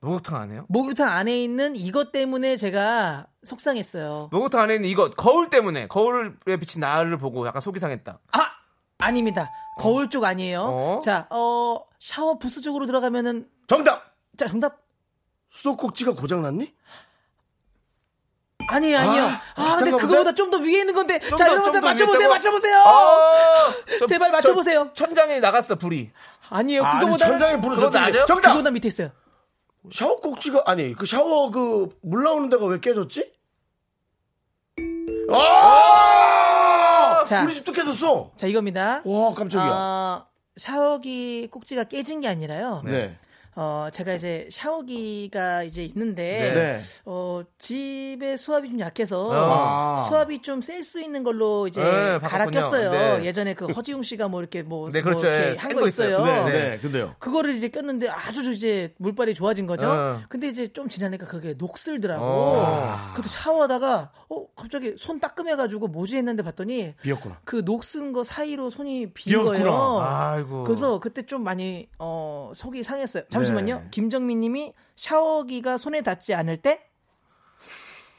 S2: 목욕탕 안 해요?
S5: 목욕탕 안에 있는 이것 때문에 제가 속상했어요.
S2: 목욕탕 안에 있는 이것 거울 때문에 거울에 비친 나를 보고 약간 속이 상했다.
S5: 아! 아닙니다. 거울 쪽 아니에요.
S2: 어?
S5: 자, 어, 샤워 부스 쪽으로 들어가면은,
S1: 정답.
S5: 자, 정답.
S1: 수도꼭지가 고장 났니?
S5: 아니에요, 아니요.
S1: 아,
S5: 아,
S1: 비슷한가
S5: 근데
S1: 보다.
S5: 그거보다 좀 더 위에 있는 건데. 자,
S2: 더, 좀
S5: 여러분들
S2: 더
S5: 맞춰보세요,
S2: 위에 있다고?
S5: 맞춰보세요!
S2: 어, 저-
S5: 아! 제발
S2: 저
S5: 맞춰보세요.
S2: 천장에 나갔어 불이.
S5: 아니에요,
S1: 아, 아니,
S5: 그거보다.
S1: 천장에 불을
S2: 그거
S1: 졌지.
S2: 낮아요?
S1: 정답.
S5: 그거보다 밑에 있어요.
S1: 샤워 꼭지가 아니 그 샤워 그 물 나오는 데가 왜 깨졌지? 아!
S5: 자. 아.
S1: 우리 집도 깨졌어.
S5: 자, 이겁니다.
S1: 와 깜짝이야.
S5: 어, 샤워기 꼭지가 깨진 게 아니라요.
S1: 네.
S5: 어, 제가 이제 샤워기가 이제 있는데
S14: 네.
S5: 어, 집에 수압이 좀 약해서
S14: 아.
S5: 수압이 좀 셀 수 있는 걸로 이제
S14: 네,
S5: 갈아
S14: 바꿨군요.
S5: 꼈어요.
S14: 네.
S5: 예전에 그 허지웅 씨가 뭐 이렇게 뭐,
S14: 네, 그렇죠.
S5: 뭐
S14: 예,
S5: 이렇게
S14: 센
S5: 한 거
S14: 거
S5: 있어요.
S14: 있어요. 네, 네,
S10: 근데요.
S5: 그거를 이제 꼈는데 아주 이제 물빨이 좋아진 거죠.
S14: 어.
S5: 근데 이제 좀 지나니까 그게 녹슬더라고.
S14: 어.
S5: 그래서 샤워하다가 어 갑자기 손 따끔해가지고 뭐지 했는데 봤더니
S1: 비었구나.
S5: 그 녹슨 거 사이로 손이 빈
S14: 비었구나.
S5: 거예요.
S14: 아이고.
S5: 그래서 그때 좀 많이 어 속이 상했어요. 잠시만요.
S14: 네.
S5: 김정민님이 샤워기가 손에 닿지 않을 때.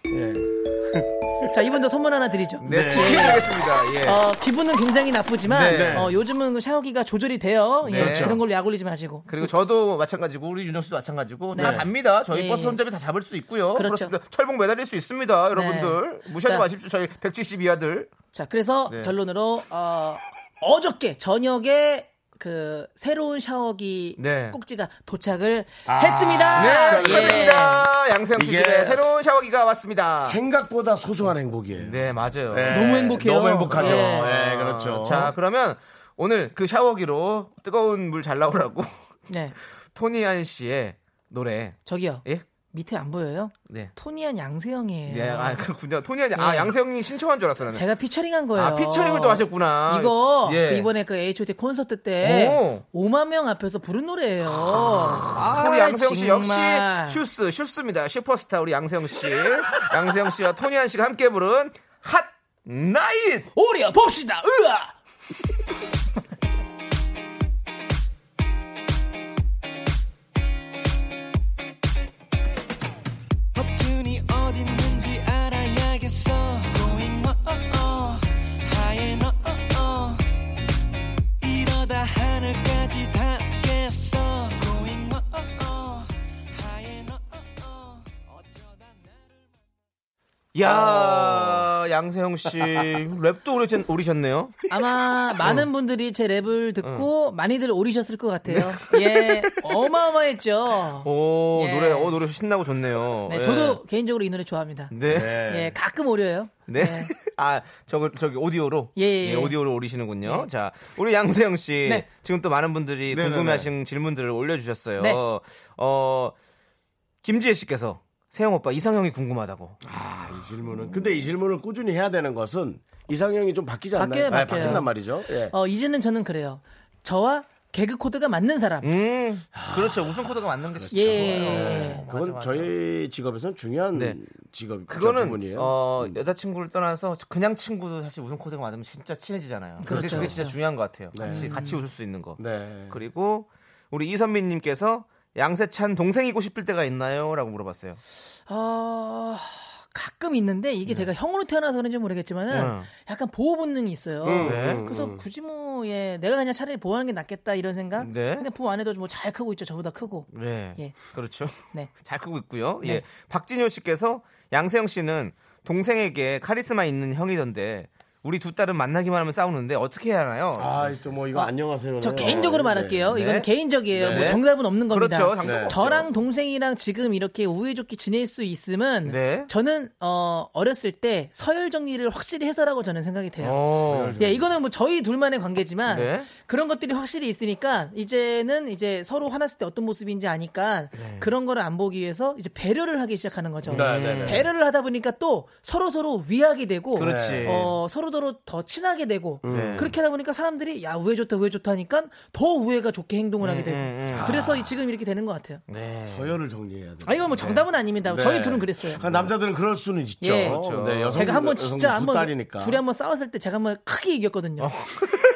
S5: 자 이분도 선물 하나 드리죠.
S2: 네, 치킨 드리겠습니다. 예.
S5: 어, 기분은 굉장히 나쁘지만
S2: 네.
S5: 어, 요즘은 그 샤워기가 조절이 돼요.
S2: 네.
S5: 예,
S2: 그렇죠.
S5: 그런 걸로 약 올리지 마시고.
S2: 그리고 저도 마찬가지고 우리 윤정 씨도 마찬가지고 다
S5: 네.
S2: 답니다. 저희
S5: 예,
S2: 버스
S5: 예.
S2: 손잡이 다 잡을 수 있고요.
S5: 그렇죠.
S2: 습니다 철봉 매달릴 수 있습니다, 여러분들.
S5: 네.
S2: 무시하지
S5: 자.
S2: 마십시오. 저희 172아들.
S5: 자, 그래서
S2: 네.
S5: 결론으로 어, 어저께 저녁에 그 새로운 샤워기
S2: 네.
S5: 꼭지가 도착을
S2: 아,
S5: 했습니다.
S2: 네,
S5: 예.
S2: 축하드립니다. 양세형 씨
S10: 이게
S2: 집에 새로운 샤워기가 왔습니다.
S10: 생각보다 소소한 행복이에요.
S2: 아. 네, 맞아요.
S10: 네, 너무 행복해요. 너무 행복하죠. 네, 그렇죠.
S2: 자, 그러면 오늘 그 샤워기로 뜨거운 물 잘 나오라고
S5: 네.
S2: 토니안 씨의 노래.
S5: 저기요.
S2: 예?
S5: 밑에 안 보여요?
S2: 네.
S5: 토니안 양세형이에요.
S2: 네, 아, 그렇군요. 토니안, 씨. 아,
S5: 네.
S2: 양세형이 신청한 줄 알았어요. 나는.
S5: 예. 제가 피처링한 거예요.
S2: 아, 피처링을 또 하셨구나.
S5: 이거
S2: 예.
S5: 그 이번에 그 H.O.T 콘서트 때
S2: 오.
S5: 5만 명 앞에서 부른 노래예요.
S2: 아, 우리 양세형 씨 역시
S5: 정말.
S2: 슈스, 슈스입니다. 슈퍼스타 우리 양세형 씨. 양세형 씨와 토니안 씨가 함께 부른 핫 나잇!
S5: 오려 봅시다! 으아!
S13: 버튼이 어딨는지 알아야겠어 Going oh, on high and on oh, 이러다 하늘까지 닿겠어 Going oh, on high and on
S2: 야
S5: 어.
S2: 양세형 씨 랩도 오래 오리셨네요.
S5: 아마
S2: 음.
S5: 많은 분들이 제 랩을 듣고 많이들 오리셨을 것 같아요. 예, 어마어마했죠.
S2: 네. 오
S5: 예.
S2: 노래 어 노래 신나고 좋네요.
S5: 네,
S2: 예.
S5: 저도 개인적으로 이 노래 좋아합니다.
S2: 네.
S5: 예, 가끔 오려요.
S2: 네. 아, 저거 저기 오디오로 네,
S5: 예, 예, 예.
S2: 오디오로 오리시는군요. 자, 우리 양세형 씨
S5: 네.
S2: 지금 또 많은 분들이
S10: 네, 네,
S2: 궁금해하신 질문들을 올려주셨어요.
S10: 네.
S2: 어 김지혜 씨께서 세영 오빠 이상형이 궁금하다고.
S1: 아, 이 질문은. 근데 이 질문을 꾸준히 해야 되는 것은 이상형이 좀 바뀌지 않나요?
S5: 바뀌어요,
S1: 아니,
S5: 바뀌어요.
S1: 바뀐단 말이죠. 예.
S5: 어, 이제는 저는 그래요. 저와 개그 코드가 맞는 사람.
S2: 음. 그렇죠. 웃음 코드가 맞는 게 어,
S5: 예. 예.
S1: 그건 저희 직업에서는 중요한
S5: 네.
S1: 직업
S2: 그렇죠. 그거는
S1: 부분이에요.
S2: 어, 여자친구를 떠나서 그냥 친구도 사실 웃음 코드가 맞으면 진짜 친해지잖아요. 그렇
S1: 그렇죠.
S2: 그게 진짜
S1: 그렇죠.
S2: 중요한 것 같아요.
S1: 네.
S2: 같이
S1: 음.
S2: 같이 웃을 수 있는 거.
S1: 네.
S2: 그리고 우리 이선민님께서 양세찬 동생이고 싶을 때가 있나요?라고 물어봤어요.
S5: 어, 가끔 있는데 이게 제가 형으로 태어나서 그런지 모르겠지만은
S2: 네.
S5: 약간 보호 본능이 있어요.
S2: 음, 네.
S5: 그래서
S2: 음.
S5: 굳이 뭐 예, 내가 그냥 차라리 보호하는 게 낫겠다 이런 생각.
S2: 네.
S5: 근데 보호 안 해도 뭐 잘 크고 있죠. 저보다 크고.
S2: 네,
S5: 예.
S2: 그렇죠.
S5: 네.
S2: 잘 크고 있고요.
S5: 네.
S2: 예, 박진효 씨께서 양세형 씨는 동생에게 카리스마 있는 형이던데 우리 두 딸은 만나기만 하면 싸우는데 어떻게 해야 하나요?
S1: 아, 있어 뭐 이거 안녕하세요.
S5: 저 개인적으로 말할게요.
S2: 네.
S5: 이건 개인적이에요.
S2: 네.
S5: 뭐 정답은 없는 겁니다.
S2: 그렇죠. 정답
S10: 네.
S2: 없죠.
S5: 저랑 동생이랑 지금 이렇게 우애좋게 지낼 수 있으면
S2: 네.
S5: 저는 어, 어렸을 때 서열 정리를 확실히 해서라고 저는 생각이 돼요.
S1: 네.
S2: 어.
S5: 예, 이거는 뭐 저희 둘만의 관계지만
S2: 네.
S5: 그런 것들이 확실히 있으니까 이제는 이제 서로 화났을 때 어떤 모습인지 아니까
S1: 네.
S5: 그런 거를 안 보기 위해서 이제 배려를 하기 시작하는 거죠.
S14: 네, 네, 네.
S5: 배려를 하다 보니까 또 서로 서로 위하게 되고
S14: 그렇지.
S5: 어, 서로 서로 더 친하게 되고
S1: 음.
S14: 네.
S5: 그렇게 하다 보니까 사람들이 야 우애 좋다 우애 좋다 하니까 더 우애가 좋게 행동을 하게 되고
S1: 음, 음.
S5: 그래서 이- 지금 이렇게 되는 것 같아요.
S2: 네.
S1: 서열을 정리해야 돼.
S5: 아 이건 뭐 정답은 아닙니다.
S1: 네.
S5: 저희 둘은 그랬어요.
S1: 아, 남자들은 그럴 수는 있죠.
S5: 예.
S1: 네, 여성
S5: 제가 한번 진짜 한번
S1: 딸이니까. 어.
S5: 둘이 한번 싸웠을 때 제가 한번 크게 이겼거든요.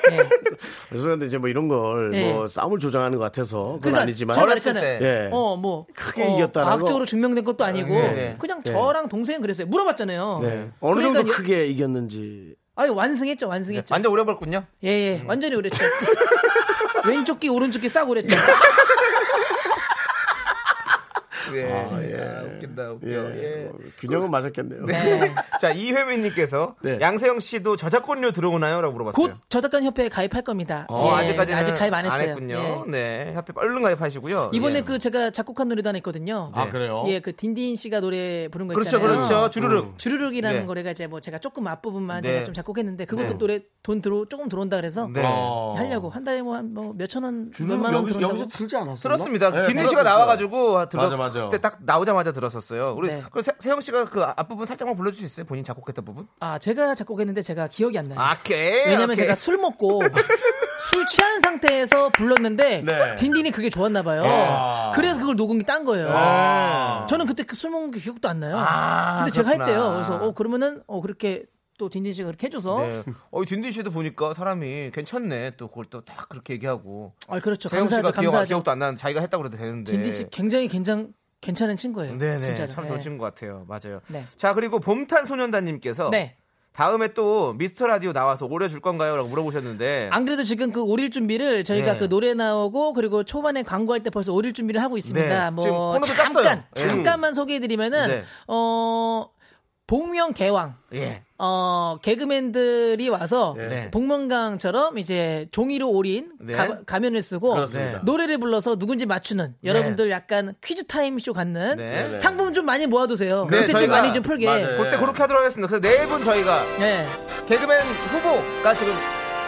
S5: 네.
S1: 그런데 이제 뭐 이런 걸 뭐
S5: 예.
S1: 싸움을 조장하는 것 같아서 그건
S5: 그러니까
S1: 아니지만
S5: 제가 말했잖아요.
S1: 예.
S5: 어, 뭐
S1: 크게
S5: 어,
S1: 이겼다라고.
S5: 과학적으로 증명된 것도 아니고
S1: 예, 예.
S5: 그냥
S1: 예.
S5: 저랑 동생은 그랬어요. 물어봤잖아요.
S1: 네. 어느
S5: 그러니까
S1: 정도
S5: 여-
S1: 크게 이겼는지
S5: 아니 완승했죠, 완승했죠.
S2: 완전 오래 걸군요.
S5: 예, 예, 완전히 오랬죠. 왼쪽 귀, 오른쪽 귀 싹 오랬죠.
S2: 예.
S10: 아, 예.
S2: 아, 웃긴다, 웃겨.
S10: 예.
S1: 뭐
S2: 예.
S5: 그-
S10: 균형은 맞았겠네요.
S1: 예.
S5: 예.
S2: 네. 자, 이회민님께서
S10: 네.
S2: 양세형 씨도 저작권료 들어오나요? 라고 물어봤어요.
S5: 곧 저작권 협회에 가입할 겁니다.
S2: 어,
S5: 예,
S2: 아직까지는
S5: 아직 가입 안 했어요.
S2: 했군요.
S5: 예.
S2: 네. 협회 얼른 가입하시고요.
S5: 이번에
S2: 예.
S5: 그 제가 작곡한 노래도 하나 있거든요.
S2: 아, 그래요?
S5: 예, 그 딘딘 씨가 노래 부른 거
S2: 그렇죠,
S5: 있잖아요.
S10: 어.
S2: 그렇죠. 주르륵. 음.
S5: 주르륵이라는
S2: 네.
S5: 거래가 이제 뭐 제가 조금 앞부분만
S2: 네.
S5: 제가 좀 작곡했는데 그것도
S2: 네.
S5: 노래 돈 들어 조금 들어온다 그래서
S2: 네.
S5: 하려고 한 달에 뭐몇천 원, 몇만 원 들어온다고.
S10: 들지 않았어요?
S2: 들었습니다.
S10: 네,
S2: 딘딘
S10: 들었었어요.
S2: 씨가 나와가지고 들어
S10: 맞아, 맞아.
S2: 그때 딱 나오자마자 들었었어요. 우리
S5: 네.
S2: 그 세, 세영 씨가 그 앞부분 살짝만 불러줄 수 있어요? 본인 작곡했던 부분?
S5: 아, 제가 작곡했는데 제가 기억이 안 나요.
S2: 아, 오케이.
S5: 네. 왜냐면
S2: 오케이.
S5: 제가 술 먹고 술 취한 상태에서 불렀는데
S2: 네.
S5: 딘딘이 그게 좋았나 봐요.
S2: 아.
S5: 그래서 그걸 녹음이 딴 거예요.
S2: 아.
S5: 저는 그때 그 술 먹은 게 기억도 안 나요.
S2: 아,
S5: 근데 제가
S2: 그렇구나.
S5: 했대요. 그래서 어 그러면은 어 그렇게 또 딘딘 씨가 그렇게 해줘서
S2: 네. 어, 이 딘딘 씨도 보니까 사람이 괜찮네. 또 그걸 또 딱 그렇게 얘기하고.
S5: 아, 그렇죠.
S2: 세영 씨가
S5: 감사하죠,
S2: 기억,
S5: 감사하죠.
S2: 기억도 안 나는 자기가 했다고 그래도 되는데.
S5: 딘딘 씨 굉장히 굉장 괜찮은 친구예요.
S2: 네네.
S5: 진짜로.
S2: 참
S5: 네.
S2: 좋은 친구 같아요. 맞아요.
S5: 네.
S2: 자, 그리고 봄탄소년단님께서.
S5: 네.
S2: 다음에 또 미스터 라디오 나와서 오래 줄 건가요? 라고 물어보셨는데.
S5: 안 그래도 지금 그 오릴 준비를 저희가
S2: 네.
S5: 그 노래 나오고 그리고 초반에 광고할 때 벌써 오릴 준비를 하고 있습니다.
S2: 네.
S5: 뭐
S2: 지금 코너도
S5: 잠깐
S2: 짰어요. 예.
S5: 잠깐만 소개해드리면은
S2: 네.
S5: 어 복명 개왕
S2: 예.
S5: 어 개그맨들이 와서
S2: 네.
S5: 복면가왕처럼 이제 종이로 오린
S2: 네.
S5: 가, 면을 쓰고
S2: 그렇습니다.
S5: 노래를 불러서 누군지 맞추는
S2: 네.
S5: 여러분들 약간 퀴즈 타임쇼 갖는
S2: 네.
S5: 상품 좀 많이 모아두세요. 그때 좀 많이 좀 풀게.
S2: 그때 그렇게 하도록 하겠습니다. 그래서 네분 저희가
S5: 네.
S2: 개그맨 후보가 지금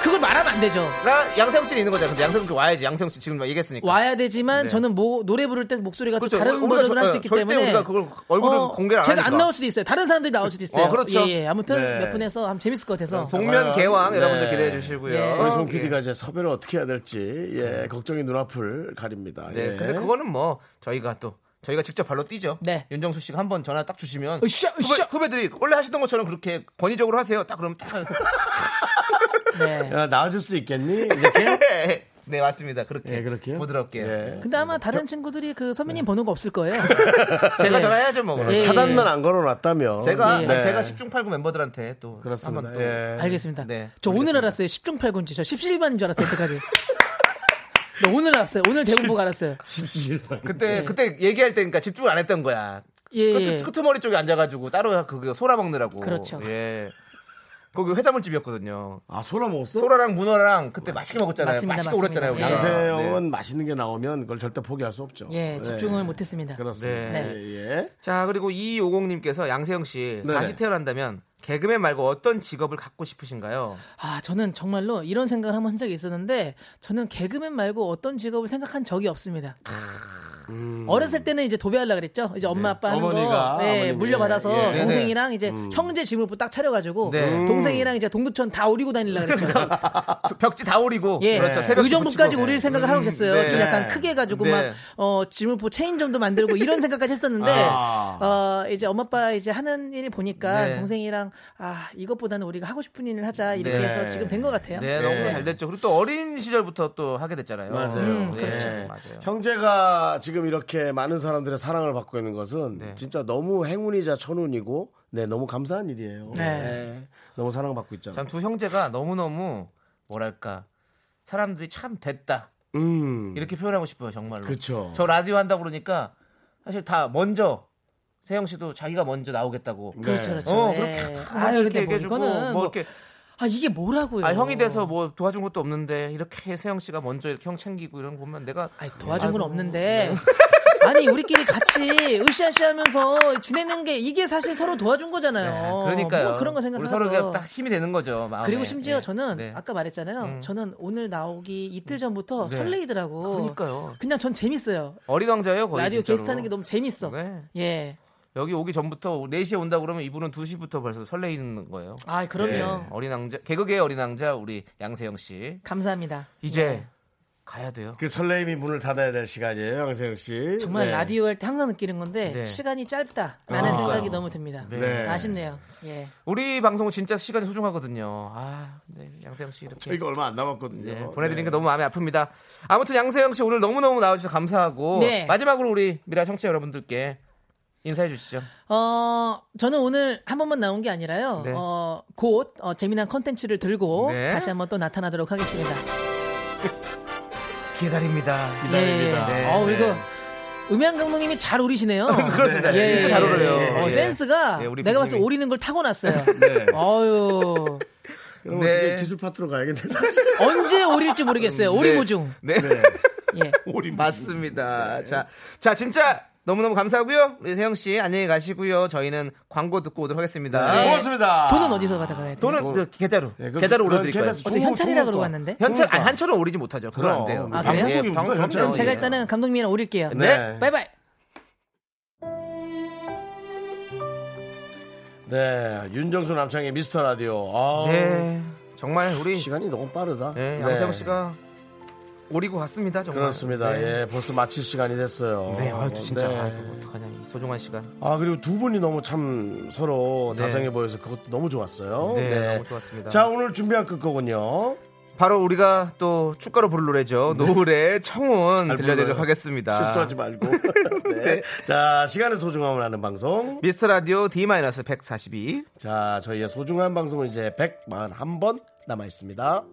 S5: 그걸 말하면 안 되죠.
S2: 나 양세형 씨는 있는 거잖아. 근데 양세형 씨 와야지. 양세형 씨 지금 막 얘기했으니까.
S5: 와야 되지만
S2: 네.
S5: 저는 뭐, 노래 부를 때 목소리가
S2: 그렇죠.
S5: 좀 다른
S2: 우리가
S5: 버전을
S2: 저-
S5: 할 수 있기
S2: 절대
S5: 때문에 어,
S2: 우리가 그걸 얼굴을 공개를 안
S5: 제가
S2: 하니까.
S5: 안 나올 수도 있어요. 다른 사람들이 나올 수도 있어요.
S2: 어, 그렇죠. 네,
S5: 예, 예. 아무튼
S10: 네.
S5: 몇 분에서 하면 재밌을 것 같아서
S2: 복면 개왕 여러분들 기대해 주시고요.
S5: 네.
S10: 아, 우리 송
S2: 예.
S10: PD가 이제 섭외를 어떻게 해야 될지 예 걱정이 눈앞을 가립니다.
S2: 네.
S10: 예.
S2: 근데 그거는 뭐 저희가 또 저희가 직접 발로 뛰죠.
S5: 네. 어,
S2: 윤정수 씨가 한 번 전화 딱 주시면
S5: 으쌰, 으쌰.
S2: 후배, 들이 원래 하시던 것처럼 그렇게 권위적으로 하세요. 딱 그러면 딱
S5: 네.
S10: 야, 나와줄 수 있겠니?
S5: 예?
S10: 이렇게
S2: 네, 맞습니다. 그렇게
S10: 예, 그렇게요.
S2: 부드럽게.
S5: 근데 아마 다른 친구들이 그
S2: 네.
S5: 선배님 번호가 없을 거예요.
S2: 제가
S5: 예.
S2: 전화해야죠, 뭐.
S10: 네.
S5: 예,
S10: 차단만
S5: 예.
S10: 안 네. 걸어놨다며.
S2: 제가
S5: 예.
S2: 아니, 제가 10중 8구 멤버들한테 또
S10: 그렇습니다.
S2: 한번 또
S10: 예.
S5: 알겠습니다.
S2: 네,
S5: 저 오늘 알았어요. 10중 8군지. 저 17반인 줄 알았어요. 여태까지. 네, 오늘 알았어요. 오늘 대본 보고 알았어요.
S2: 그때 그때 얘기할 때니까 그러니까 집중 안 했던 거야. 그
S5: 예,
S2: 끄트-
S5: 예.
S2: 끄트머리 쪽에 앉아가지고 따로 그거 소라 먹느라고.
S5: 그렇죠.
S2: 예. 거기 회사물집이었거든요.
S10: 아 소라 먹었어?
S2: 소라랑 문어랑 그때 맛있게 먹었잖아요. 네.
S5: 맞습니다,
S2: 맛있게
S5: 맞습니다.
S2: 울었잖아요.
S5: 예.
S10: 양세 형은 맛있는 게 나오면 그걸 절대 포기할 수 없죠. 네.
S5: 예,
S2: 네.
S5: 집중을 못했습니다.
S10: 그렇습니다.
S5: 네.
S10: 예, 예.
S2: 자 그리고 250님께서 양세형 씨
S10: 네네.
S2: 다시 태어난다면 개그맨 말고 어떤 직업을 갖고 싶으신가요?
S5: 아, 저는 정말로 이런 생각을 한번 한 적이 있었는데 저는 개그맨 말고 어떤 직업을 생각한 적이 없습니다. 어렸을 때는 이제 도배하려 그랬죠. 이제 엄마 아빠 하는
S10: 어머니가,
S5: 거 예,
S10: 아버님이.
S5: 물려받아서
S2: 예, 예.
S5: 동생이랑 이제 형제 짐을 딱 차려가지고
S2: 네.
S5: 동생이랑 이제 동두천 다 오리고 다니려 그랬죠.
S2: 아, 벽지 다 오리고
S5: 예,
S2: 그렇죠. 새벽
S5: 의정부까지 오릴 생각을 하고 있었어요.
S2: 네.
S5: 좀 약간 크게 해가지고
S2: 네.
S5: 막 어, 지물포 체인점도 만들고 이런 생각까지 했었는데
S10: 아.
S5: 어, 이제 엄마 아빠 이제 하는 일 보니까
S2: 아. 네.
S5: 동생이랑 아 이것보다는 우리가 하고 싶은 일을 하자 이렇게
S2: 네.
S5: 해서 지금 된 것 같아요.
S2: 네, 너무 잘 됐죠. 그리고 또 어린 시절부터 또 하게 됐잖아요.
S10: 맞아요.
S5: 음,
S2: 예,
S1: 네.
S5: 그렇죠.
S2: 맞아요.
S10: 형제가 지금 이렇게 많은 사람들의 사랑을 받고 있는 것은
S2: 네.
S10: 진짜 너무 행운이자 천운이고 네 너무 감사한 일이에요.
S5: 네.
S10: 네. 너무 사랑받고 있잖아요.
S2: 참 두 형제가 너무너무 뭐랄까 사람들이 참 됐다
S10: 음.
S2: 이렇게 표현하고 싶어요 정말로
S10: 그쵸.
S2: 저 라디오 한다 그러니까 사실 다 먼저 세영 씨도 자기가 먼저 나오겠다고
S1: 네.
S5: 그렇죠, 그렇죠.
S2: 어
S5: 예.
S2: 그렇게 다
S5: 아유,
S2: 먼저 이렇게
S5: 근데 뭐
S2: 얘기해주고
S5: 이거는
S2: 뭐
S5: 뭐
S2: 이렇게
S5: 아 이게 뭐라고요?
S2: 아 형이 돼서 뭐 도와준 것도 없는데 이렇게 세영 씨가 먼저 이렇게 형 챙기고 이런 거 보면 내가
S5: 아니, 도와준 건
S2: 네.
S5: 없는데. 아니 우리끼리 같이 으쌰으쌰하면서 지내는 게 이게 사실 서로 도와준 거잖아요.
S2: 네, 그러니까요
S5: 네, 뭐 그런 거
S2: 우리
S5: 생각해서
S2: 서로 그냥 딱 힘이 되는 거죠 마음에.
S5: 그리고 심지어
S2: 예.
S5: 저는
S2: 네.
S5: 아까 말했잖아요. 저는 오늘 나오기 이틀 전부터
S2: 네.
S5: 설레이더라고.
S2: 그러니까요
S5: 그냥 전 재밌어요.
S2: 어린 왕자예요 거의
S5: 라디오
S2: 진짜로.
S5: 게스트 하는 게 너무 재밌어.
S2: 네.
S5: 예.
S2: 여기 오기 전부터 4시에 온다 그러면 이분은 2시부터 벌써 설레이는 거예요.
S5: 아, 그럼요.
S2: 네, 어린 왕자 개그계의 어린 왕자 우리 양세형 씨
S5: 감사합니다.
S2: 이제
S5: 예.
S2: 가야 돼요.
S10: 그 설레임이 문을 닫아야 될 시간이에요, 양세형 씨.
S5: 정말
S10: 네.
S5: 라디오 할 때 항상 느끼는 건데
S2: 네.
S5: 시간이 짧다라는
S2: 아.
S5: 생각이 너무 듭니다.
S10: 네.
S5: 아쉽네요. 예.
S2: 우리 방송 진짜 시간이 소중하거든요. 아, 네, 양세형 씨 이렇게
S10: 저희가 얼마 안 남았거든요.
S2: 네, 보내드린 게 너무 마음이 아픕니다. 아무튼 양세형 씨 오늘 너무너무 나와주셔서 감사하고
S5: 네.
S2: 마지막으로 우리 미라 청취자 여러분들께 인사해 주시죠.
S5: 어, 저는 오늘 한 번만 나온 게 아니라요.
S2: 네.
S5: 어, 곧 어, 재미난 컨텐츠를 들고
S2: 네.
S5: 다시 한번 또 나타나도록 하겠습니다.
S2: 기다립니다. 네.
S10: 기다립니다.
S5: 어, 예. 그리고 음향 감독님이 잘 오리시네요.
S2: 그렇습니다. 진짜 잘 오려요.
S5: 어,
S2: 예.
S5: 센스가
S2: 예, 우리
S5: 내가 봤을 때
S2: 감독님이-
S5: 오리는 걸 타고났어요.
S2: 네.
S5: 어유
S1: 그럼
S2: 네.
S1: 어떻게 기술 파트로 가야겠네.
S5: 언제 오릴지 모르겠어요. 오리
S2: 네.
S5: 모중. 예.
S2: 네. 오리 맞습니다. 자, 자 진짜 너무너무 감사하고요. 우리 세영 씨 안녕히 가시고요. 저희는 광고 듣고 오도록 하겠습니다. 예.
S5: 네. 돈은 어디서 받아가야 돼요?
S2: 돈은 저 계좌로 계좌로 올려드릴 거예요.
S5: 어제 현찰이라 그러고 왔는데.
S2: 현찰 아 현찰은 오리지 못하죠. 그건 안 돼요.
S5: 아, 그래요?
S2: 예, 방-
S5: 그럼
S2: 방송-
S5: 제가
S2: 예.
S5: 일단은 감독님이랑 오릴게요.
S2: 네.
S5: 바이바이.
S1: 네, 윤정수 남창의 미스터 라디오. 아,
S2: 네. 정말 우리
S1: 시간이 너무 빠르다.
S2: 네, 양세형 씨가 오리고 갔습니다. 정말.
S1: 그렇습니다. 예, 벌써 마칠 시간이 됐어요.
S2: 네, 아유, 진짜
S1: 네.
S2: 아유, 어떡하냐 이 소중한 시간.
S1: 아 그리고 두 분이 너무 참 서로
S2: 네.
S1: 다정해 보여서 그것도 너무 좋았어요.
S2: 네, 너무 좋았습니다.
S1: 자 오늘 준비한 끝곡은요.
S2: 바로 우리가 또 축가로 부를 노래죠. 노을의 청혼
S1: 잘
S2: 들려드리도록
S1: 불러요.
S2: 하겠습니다.
S1: 실수하지 말고. 네. 자 시간의 소중함을 아는 방송.
S2: 미스터 라디오 D-142.
S1: 자 저희의 소중한 방송은 이제 141번 남아 있습니다.